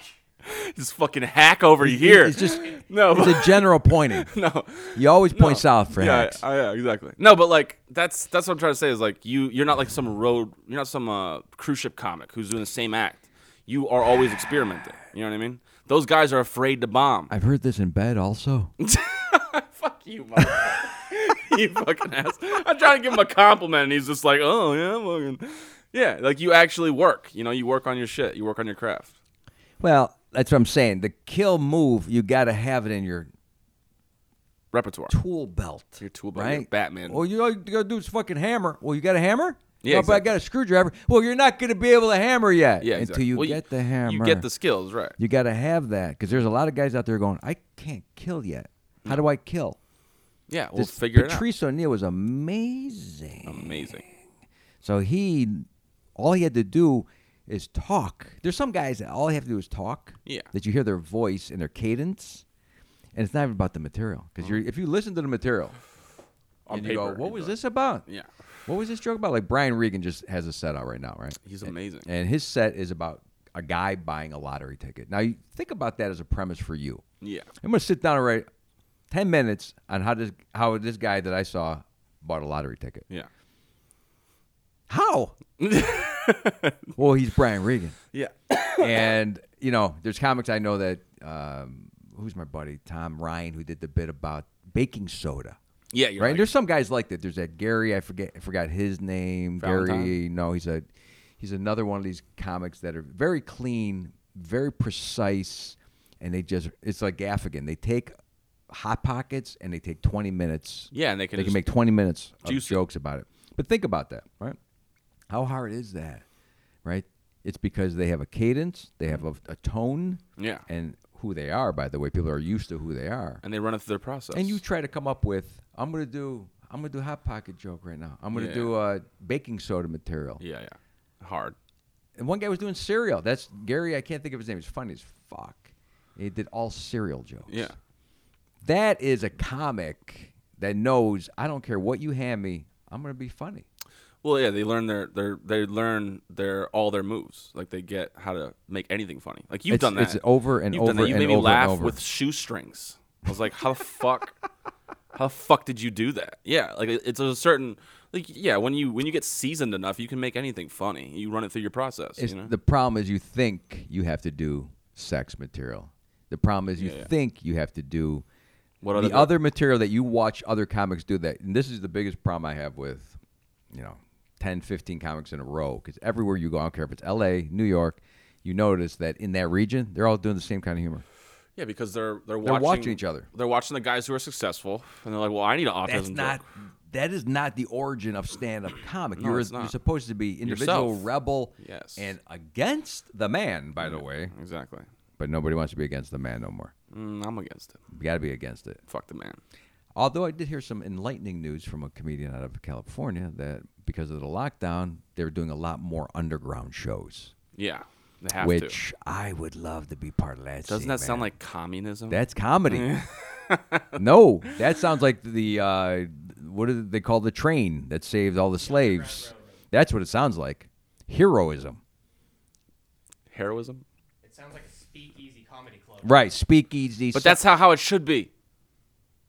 Speaker 3: this fucking hack over here.
Speaker 2: It's just.
Speaker 3: no,
Speaker 2: It's
Speaker 3: but,
Speaker 2: a general pointing.
Speaker 3: no.
Speaker 2: You always point south for
Speaker 3: yeah,
Speaker 2: hacks.
Speaker 3: I- yeah, exactly. No, but like that's that's what I'm trying to say is like you you're not like some road you're not some uh, cruise ship comic who's doing the same act. You are always experimenting. You know what I mean? Those guys are afraid to bomb.
Speaker 2: I've heard this in bed also.
Speaker 3: Fuck you, Mike. you fucking ass. I'm trying to give him a compliment, and he's just like, oh yeah, fucking. Yeah, like you actually work. You know, you work on your shit. You work on your craft.
Speaker 2: Well, that's what I'm saying. The kill move, you got to have it in your
Speaker 3: Repertoire.
Speaker 2: tool belt.
Speaker 3: Your tool belt,
Speaker 2: right?
Speaker 3: your Batman.
Speaker 2: Well, you all you got to do is fucking hammer. Well, you got a hammer?
Speaker 3: Yeah,
Speaker 2: No, but I
Speaker 3: exactly.
Speaker 2: got a screwdriver. Well, you're not going to be able to hammer yet
Speaker 3: Yeah,
Speaker 2: until
Speaker 3: exactly.
Speaker 2: you
Speaker 3: Well,
Speaker 2: get the hammer.
Speaker 3: You get the skills, right?
Speaker 2: You got to have that because there's a lot of guys out there going, I can't kill yet. How do I kill?
Speaker 3: Yeah, Hmm. we'll
Speaker 2: This
Speaker 3: figure
Speaker 2: Patrice O'Neill was amazing.
Speaker 3: it out. Amazing.
Speaker 2: So he, all he had to do is talk. There's some guys that all they have to do is talk.
Speaker 3: Yeah.
Speaker 2: That you hear their voice and their cadence, and it's not even about the material. Because you're if you listen to the material,
Speaker 3: On
Speaker 2: and
Speaker 3: paper,
Speaker 2: you go, what
Speaker 3: you
Speaker 2: was
Speaker 3: go,
Speaker 2: this about?
Speaker 3: Yeah.
Speaker 2: What was this joke about? Like Brian Regan just has a set out right now, right?
Speaker 3: He's amazing.
Speaker 2: And his set is about a guy buying a lottery ticket. Now you think about that as a premise for you.
Speaker 3: Yeah.
Speaker 2: I'm gonna sit down and write ten minutes on how this how this guy that I saw bought a lottery ticket.
Speaker 3: Yeah.
Speaker 2: How? well, he's Brian Regan,
Speaker 3: Yeah.
Speaker 2: and you know, there's comics I know that um, who's my buddy Tom Ryan who did the bit about baking soda.
Speaker 3: Yeah. You're
Speaker 2: right?
Speaker 3: right.
Speaker 2: There's some guys like that. There's that Gary. I forget. I forgot his name. Gary.
Speaker 3: Valentine?
Speaker 2: No, he's a he's another one of these comics that are very clean, very precise, and they just it's like Gaffigan. They take hot pockets and they take 20 minutes.
Speaker 3: Yeah, and they can
Speaker 2: they can
Speaker 3: just
Speaker 2: make 20 minutes of
Speaker 3: juice it.
Speaker 2: jokes about it. But think about that, right? How hard is that, right? It's because they have a cadence, they have a, a tone,
Speaker 3: Yeah.
Speaker 2: and who they are. By the way, people are used to who they are.
Speaker 3: and they run it through their process.
Speaker 2: And you try to come up with, I'm gonna do, I'm gonna do hot pocket joke right now. I'm gonna
Speaker 3: Yeah.
Speaker 2: do uh, baking soda material.
Speaker 3: Yeah. Yeah. Hard.
Speaker 2: And one guy was doing cereal. That's Gary. I can't think of his name. It's funny as fuck. He did all cereal jokes.
Speaker 3: Yeah.
Speaker 2: That is a comic that knows I don't care what you hand me. I'm gonna be funny.
Speaker 3: Well, yeah, they learn their, their they learn their all their moves. Like they get how to make anything funny. Like you've
Speaker 2: It's-
Speaker 3: done that.
Speaker 2: it's over and
Speaker 3: you've
Speaker 2: over
Speaker 3: done that. You
Speaker 2: and
Speaker 3: made me
Speaker 2: over and
Speaker 3: laugh
Speaker 2: over.
Speaker 3: with shoestrings. I was like, how the fuck, how the fuck did you do that? Yeah, like it- it's a certain like yeah. When you when you get seasoned enough, you can make anything funny. You run it through your process.
Speaker 2: It's,
Speaker 3: you know?
Speaker 2: The problem is you think you have to do sex material. The problem is you
Speaker 3: Yeah, yeah.
Speaker 2: think you have to do
Speaker 3: What
Speaker 2: the
Speaker 3: other-
Speaker 2: other material that you watch other comics do that. And this is the biggest problem I have with, you know, 10, 15 comics in a row. Because everywhere you go, I don't care if it's L.A., New York, you notice that in that region, they're all doing the same kind of humor.
Speaker 3: yeah, because they're they're watching,
Speaker 2: watching each other.
Speaker 3: They're watching the guys who are successful, and they're like, well, I need an autism
Speaker 2: That's not.
Speaker 3: joke.
Speaker 2: That is not the origin of stand-up comic.
Speaker 3: No,
Speaker 2: you're,
Speaker 3: it's
Speaker 2: you're
Speaker 3: not.
Speaker 2: supposed to be individual
Speaker 3: Yourself.
Speaker 2: rebel
Speaker 3: Yes.
Speaker 2: and against the man, by the way.
Speaker 3: Exactly.
Speaker 2: But nobody wants to be against the man no more.
Speaker 3: Mm, I'm against it.
Speaker 2: You got to be against it.
Speaker 3: Fuck the man.
Speaker 2: Although I did hear some enlightening news from a comedian out of California that because of the lockdown, they were doing a lot more underground shows,
Speaker 3: Yeah, they have to.
Speaker 2: which I would love to be part of that.
Speaker 3: Doesn't
Speaker 2: scene,
Speaker 3: that sound
Speaker 2: man.
Speaker 3: like communism?
Speaker 2: that's comedy? no, that sounds like the uh, what do they call the train that saved all the slaves? That's what it sounds like. Heroism,
Speaker 3: heroism.
Speaker 4: It sounds like a speakeasy comedy club.
Speaker 2: right? Speakeasy,
Speaker 3: But that's how, how it should be.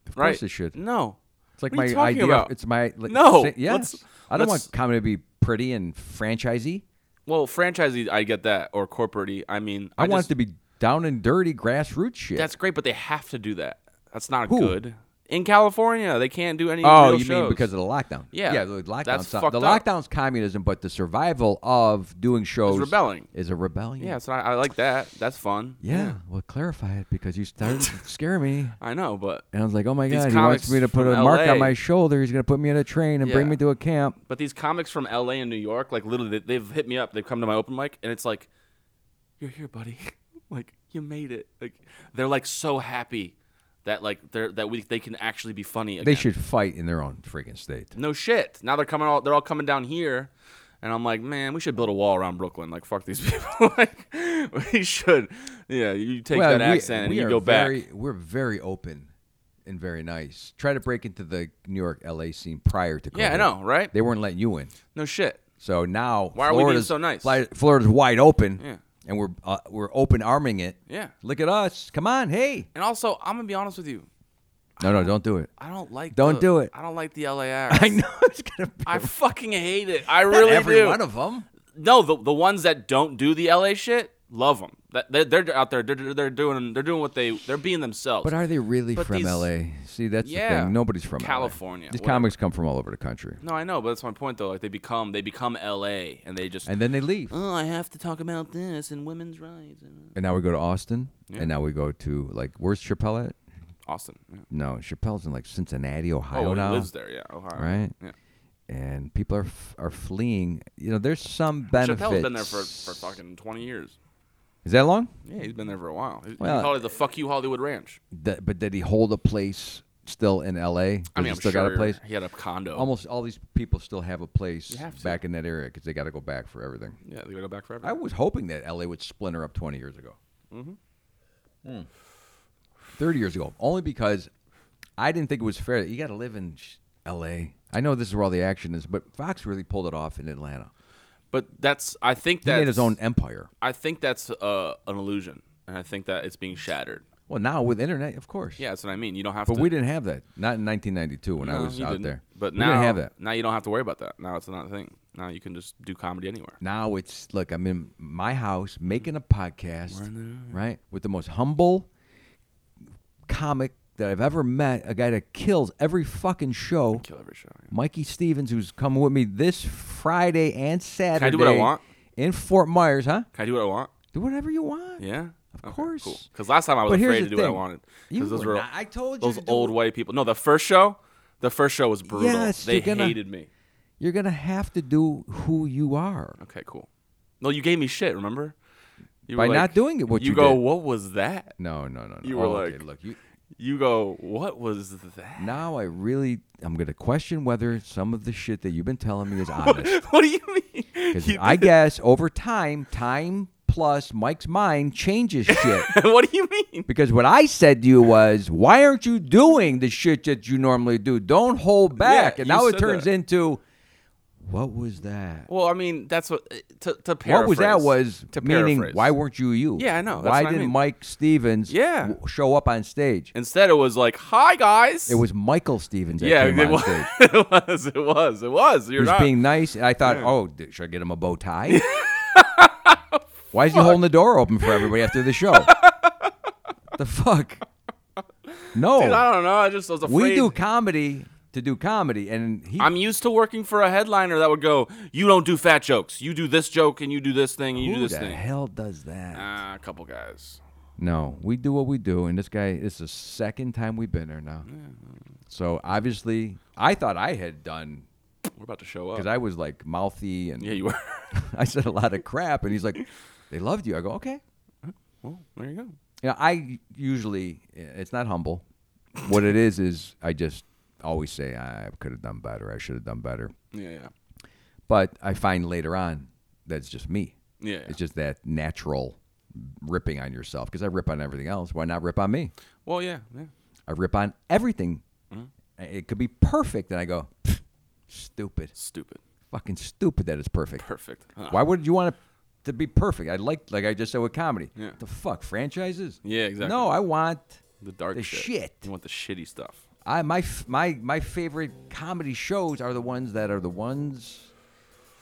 Speaker 2: of
Speaker 3: right.
Speaker 2: course it should.
Speaker 3: No.
Speaker 2: It's like
Speaker 3: What are you
Speaker 2: my
Speaker 3: talking
Speaker 2: idea.
Speaker 3: about?
Speaker 2: It's my like,
Speaker 3: No,
Speaker 2: sa- yes.
Speaker 3: let's-
Speaker 2: I don't
Speaker 3: let's-
Speaker 2: want comedy to be pretty and franchisey.
Speaker 3: Well, franchisee, I get that, or corporate I mean,
Speaker 2: I, want it
Speaker 3: just-
Speaker 2: to be down and dirty grassroots shit.
Speaker 3: That's great, but they have to do that. That's not
Speaker 2: Who?
Speaker 3: good. In California, they can't do any.
Speaker 2: oh,
Speaker 3: real
Speaker 2: you mean
Speaker 3: shows.
Speaker 2: because of the lockdown?
Speaker 3: Yeah,
Speaker 2: yeah. The lockdown.
Speaker 3: that's
Speaker 2: so-
Speaker 3: fucked
Speaker 2: the
Speaker 3: up.
Speaker 2: lockdown's communism, but the survival of doing shows
Speaker 3: rebelling.
Speaker 2: is a rebellion.
Speaker 3: yeah, so I, I like that. That's fun.
Speaker 2: Yeah. Well, clarify it because you started to scare me,
Speaker 3: I know, but
Speaker 2: and I was like, oh my
Speaker 3: These
Speaker 2: god, he wants
Speaker 3: comics
Speaker 2: me to put a
Speaker 3: from
Speaker 2: mark on
Speaker 3: LA.
Speaker 2: my shoulder. He's gonna put me in a train and bring
Speaker 3: Yeah.
Speaker 2: me to a camp.
Speaker 3: but these comics from L.A. and New York, like literally, they, they've hit me up. They've come to my open mic, and it's like, "You're here, buddy. like you made it." Like they're like so happy that like they're that we they can actually be funny. Again.
Speaker 2: They should fight in their own freaking state.
Speaker 3: No shit. Now they're coming all they're all coming down here. And I'm like, man, we should build a wall around Brooklyn. Like, fuck these people. like, we should. Yeah, you take
Speaker 2: well,
Speaker 3: that
Speaker 2: we,
Speaker 3: accent and
Speaker 2: we
Speaker 3: you
Speaker 2: are
Speaker 3: go
Speaker 2: very,
Speaker 3: back.
Speaker 2: We're very open and very nice. Try to break into the New York, L.A. scene prior to COVID.
Speaker 3: Yeah, I know, right?
Speaker 2: They weren't letting you in.
Speaker 3: No shit.
Speaker 2: So now
Speaker 3: Why are we being
Speaker 2: Florida's
Speaker 3: so nice?
Speaker 2: Fli- Florida's wide open,
Speaker 3: Yeah.
Speaker 2: and we're uh, we're open arming it.
Speaker 3: Yeah.
Speaker 2: Look at us! Come on, hey!
Speaker 3: And also, I'm gonna be honest with you.
Speaker 2: No, no, don't do it.
Speaker 3: I don't like.
Speaker 2: Don't
Speaker 3: the-
Speaker 2: do it.
Speaker 3: I don't like the LAX.
Speaker 2: I know it's gonna be
Speaker 3: I fucking hate it. I really
Speaker 2: every
Speaker 3: do.
Speaker 2: one of them.
Speaker 3: no, the, the ones that don't do the LA shit, love them. That, they're, they're out there. They're, they're doing. They're doing what they. They're being themselves.
Speaker 2: But are they really
Speaker 3: But
Speaker 2: from
Speaker 3: these-
Speaker 2: L.A.? See, that's the
Speaker 3: Yeah.
Speaker 2: thing. Nobody's from LA.
Speaker 3: California,
Speaker 2: These
Speaker 3: whatever.
Speaker 2: comics come from all over the country,
Speaker 3: no, I know, but that's my point though. Like they become. They become LA, and they just.
Speaker 2: and then they leave.
Speaker 3: oh, I have to talk about this and women's rights. And
Speaker 2: And now we go to Austin, and now we go to like where's Chappelle at?
Speaker 3: Austin. Yeah.
Speaker 2: No, Chappelle's in like Cincinnati, Ohio
Speaker 3: Oh, he
Speaker 2: now.
Speaker 3: lives there. Yeah, Ohio.
Speaker 2: Right.
Speaker 3: Yeah.
Speaker 2: And people are f- are fleeing. You know, there's some benefits.
Speaker 3: Chappelle's been there for, for fucking twenty years.
Speaker 2: Is that long?
Speaker 3: Yeah, he's been there for a while. He, he
Speaker 2: Well-
Speaker 3: called it the "fuck you Hollywood Ranch."
Speaker 2: that, but did he hold a place still in L.A.
Speaker 3: I
Speaker 2: Does
Speaker 3: mean,
Speaker 2: he
Speaker 3: I'm
Speaker 2: still
Speaker 3: sure
Speaker 2: got a place.
Speaker 3: he had a condo.
Speaker 2: Almost all these people still have a place
Speaker 3: have to.
Speaker 2: back in that area because they got to go back for everything.
Speaker 3: Yeah, they go back forever.
Speaker 2: I was hoping that LA would splinter up 20 years ago.
Speaker 3: Mm-hmm.
Speaker 2: Hmm. 30 years ago. Only because I didn't think it was fair that you got to live in sh- LA. I know this is where all the action is, but Fox really pulled it off in Atlanta.
Speaker 3: but that's I
Speaker 2: He
Speaker 3: think that
Speaker 2: made his own empire.
Speaker 3: I think that's uh, an illusion, and I think that it's being shattered.
Speaker 2: Well, now with internet, of course.
Speaker 3: Yeah, that's what I mean. You don't have
Speaker 2: But
Speaker 3: to.
Speaker 2: we didn't have that. Not in 1992 when I
Speaker 3: No,
Speaker 2: was
Speaker 3: you
Speaker 2: out
Speaker 3: didn't.
Speaker 2: there.
Speaker 3: But
Speaker 2: we
Speaker 3: now
Speaker 2: didn't have that.
Speaker 3: Now you don't have to worry about that. Now it's not a thing. Now you can just do comedy anywhere.
Speaker 2: Now it's look, I'm in my house making a podcast, right? With the most humble comic that I've ever met, a guy that kills every fucking show.
Speaker 3: Kill every show. yeah.
Speaker 2: Mikey Stevens, who's coming with me this Friday and Saturday.
Speaker 3: I do what I want?
Speaker 2: In Fort Myers, huh?
Speaker 3: Can I do what I want?
Speaker 2: Do whatever you want.
Speaker 3: Yeah.
Speaker 2: Of course.
Speaker 3: Because last time I was
Speaker 2: But here's the
Speaker 3: afraid to do what I
Speaker 2: thing.
Speaker 3: wanted.
Speaker 2: You
Speaker 3: Because those
Speaker 2: were
Speaker 3: were
Speaker 2: not- I told you
Speaker 3: those
Speaker 2: to do
Speaker 3: old
Speaker 2: it.
Speaker 3: white people. No, the first show, the first show was brutal.
Speaker 2: Yes,
Speaker 3: they
Speaker 2: you're gonna-
Speaker 3: hated me.
Speaker 2: You're gonna have to do who you are.
Speaker 3: Okay, cool. No, you gave me shit. Remember? You
Speaker 2: By
Speaker 3: were
Speaker 2: not doing it, what you
Speaker 3: go?
Speaker 2: did.
Speaker 3: What was that?
Speaker 2: No, no, no, no.
Speaker 3: You were
Speaker 2: Oh, okay,
Speaker 3: like-
Speaker 2: look, you.
Speaker 3: You go. What was that?
Speaker 2: Now I really, I'm gonna question whether some of the shit that you've been telling me is honest.
Speaker 3: what do you mean?
Speaker 2: Because
Speaker 3: You
Speaker 2: I
Speaker 3: did-
Speaker 2: guess over time, time plus Mike's mind changes shit.
Speaker 3: what do you mean?
Speaker 2: Because what I said to you was, why aren't you doing the shit that you normally do? Don't hold back.
Speaker 3: Yeah,
Speaker 2: and
Speaker 3: you
Speaker 2: now it
Speaker 3: said
Speaker 2: turns
Speaker 3: that.
Speaker 2: into, what was that?
Speaker 3: Well, I mean, that's what uh, to to paraphrase.
Speaker 2: What was that was
Speaker 3: to
Speaker 2: meaning,
Speaker 3: paraphrase.
Speaker 2: why weren't you you?
Speaker 3: Yeah, I know. That's
Speaker 2: Why
Speaker 3: what I
Speaker 2: didn't
Speaker 3: mean.
Speaker 2: Mike Stevens
Speaker 3: Yeah.
Speaker 2: w- show up on stage?
Speaker 3: Instead, it was like, "Hi guys."
Speaker 2: It was Michael Stevens that
Speaker 3: Yeah,
Speaker 2: came
Speaker 3: it
Speaker 2: on
Speaker 3: was,
Speaker 2: stage.
Speaker 3: it was. It was. It was.
Speaker 2: He
Speaker 3: You're
Speaker 2: was
Speaker 3: not.
Speaker 2: being nice. And I thought, oh, d- should I get him a bow tie? why is he holding the door open for everybody after the show? the fuck? No.
Speaker 3: Dude, I don't know. I just was afraid.
Speaker 2: We do comedy to do comedy, and he.
Speaker 3: I'm used to working for a headliner that would go, "You don't do fat jokes. You do this joke, and you do this thing, and you
Speaker 2: who
Speaker 3: do this
Speaker 2: the
Speaker 3: thing."
Speaker 2: hell does that?
Speaker 3: Ah, a couple guys.
Speaker 2: no, we do what we do, and this guy. It's the second time we've been there now. So obviously, I thought I had done
Speaker 3: We're about to show up.
Speaker 2: because I was like mouthy and
Speaker 3: yeah, you were.
Speaker 2: I said a lot of crap, and he's like, "They loved you." I go, "Okay."
Speaker 3: well, there you go.
Speaker 2: You know, I usually it's not humble. What it is is I just always say I could have done better. I should have done better.
Speaker 3: Yeah, yeah.
Speaker 2: But I find later on that's just me.
Speaker 3: Yeah, yeah.
Speaker 2: It's just that natural ripping on yourself because I rip on everything else. Why not rip on me?
Speaker 3: Well, yeah, yeah.
Speaker 2: I rip on everything.
Speaker 3: Mm-hmm.
Speaker 2: It could be perfect, and I go, "Pfft, stupid,
Speaker 3: Stupid.
Speaker 2: fucking stupid that it's perfect.
Speaker 3: Perfect. Huh.
Speaker 2: Why would you want it to be perfect? I like, like I just said with comedy.
Speaker 3: Yeah.
Speaker 2: The fuck franchises?
Speaker 3: Yeah, exactly.
Speaker 2: No, I want
Speaker 3: The dark
Speaker 2: the
Speaker 3: shit.
Speaker 2: shit.
Speaker 3: You want the shitty stuff.
Speaker 2: I my f- my my favorite comedy shows are the ones that are the ones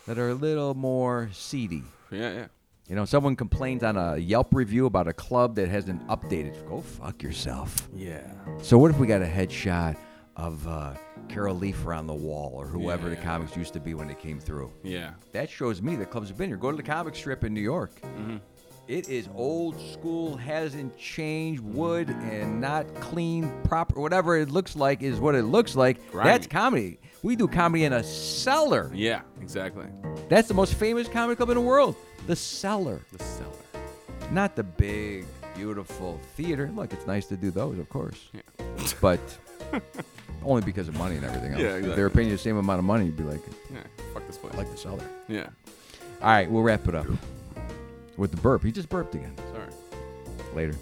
Speaker 2: that are a little more seedy.
Speaker 3: Yeah, yeah.
Speaker 2: You know, someone complains on a Yelp review about a club that hasn't updated. Go fuck yourself.
Speaker 3: Yeah.
Speaker 2: So what if we got a headshot of uh, Carol Leifer on the wall or whoever the comics used to be when they came through?
Speaker 3: Yeah.
Speaker 2: That shows me the club's been here. Go to the comic strip in New York.
Speaker 3: Mm-hmm.
Speaker 2: It is old school, hasn't changed, wood and not clean, proper. Whatever it looks like is what it looks like.
Speaker 3: Grimy.
Speaker 2: That's comedy. We do comedy in a cellar.
Speaker 3: Yeah, exactly.
Speaker 2: That's the most famous comedy club in the world. The cellar.
Speaker 3: The seller.
Speaker 2: Not the big, beautiful theater. Look, it's nice to do those, of course.
Speaker 3: Yeah.
Speaker 2: But only because of money and everything else.
Speaker 3: Yeah,
Speaker 2: If they
Speaker 3: exactly.
Speaker 2: were paying you the same amount of money, you'd be like,
Speaker 3: Yeah. Fuck this place.
Speaker 2: I like the cellar.
Speaker 3: yeah.
Speaker 2: All right, we'll wrap it up with the burp. He just burped again.
Speaker 3: Sorry.
Speaker 2: Later.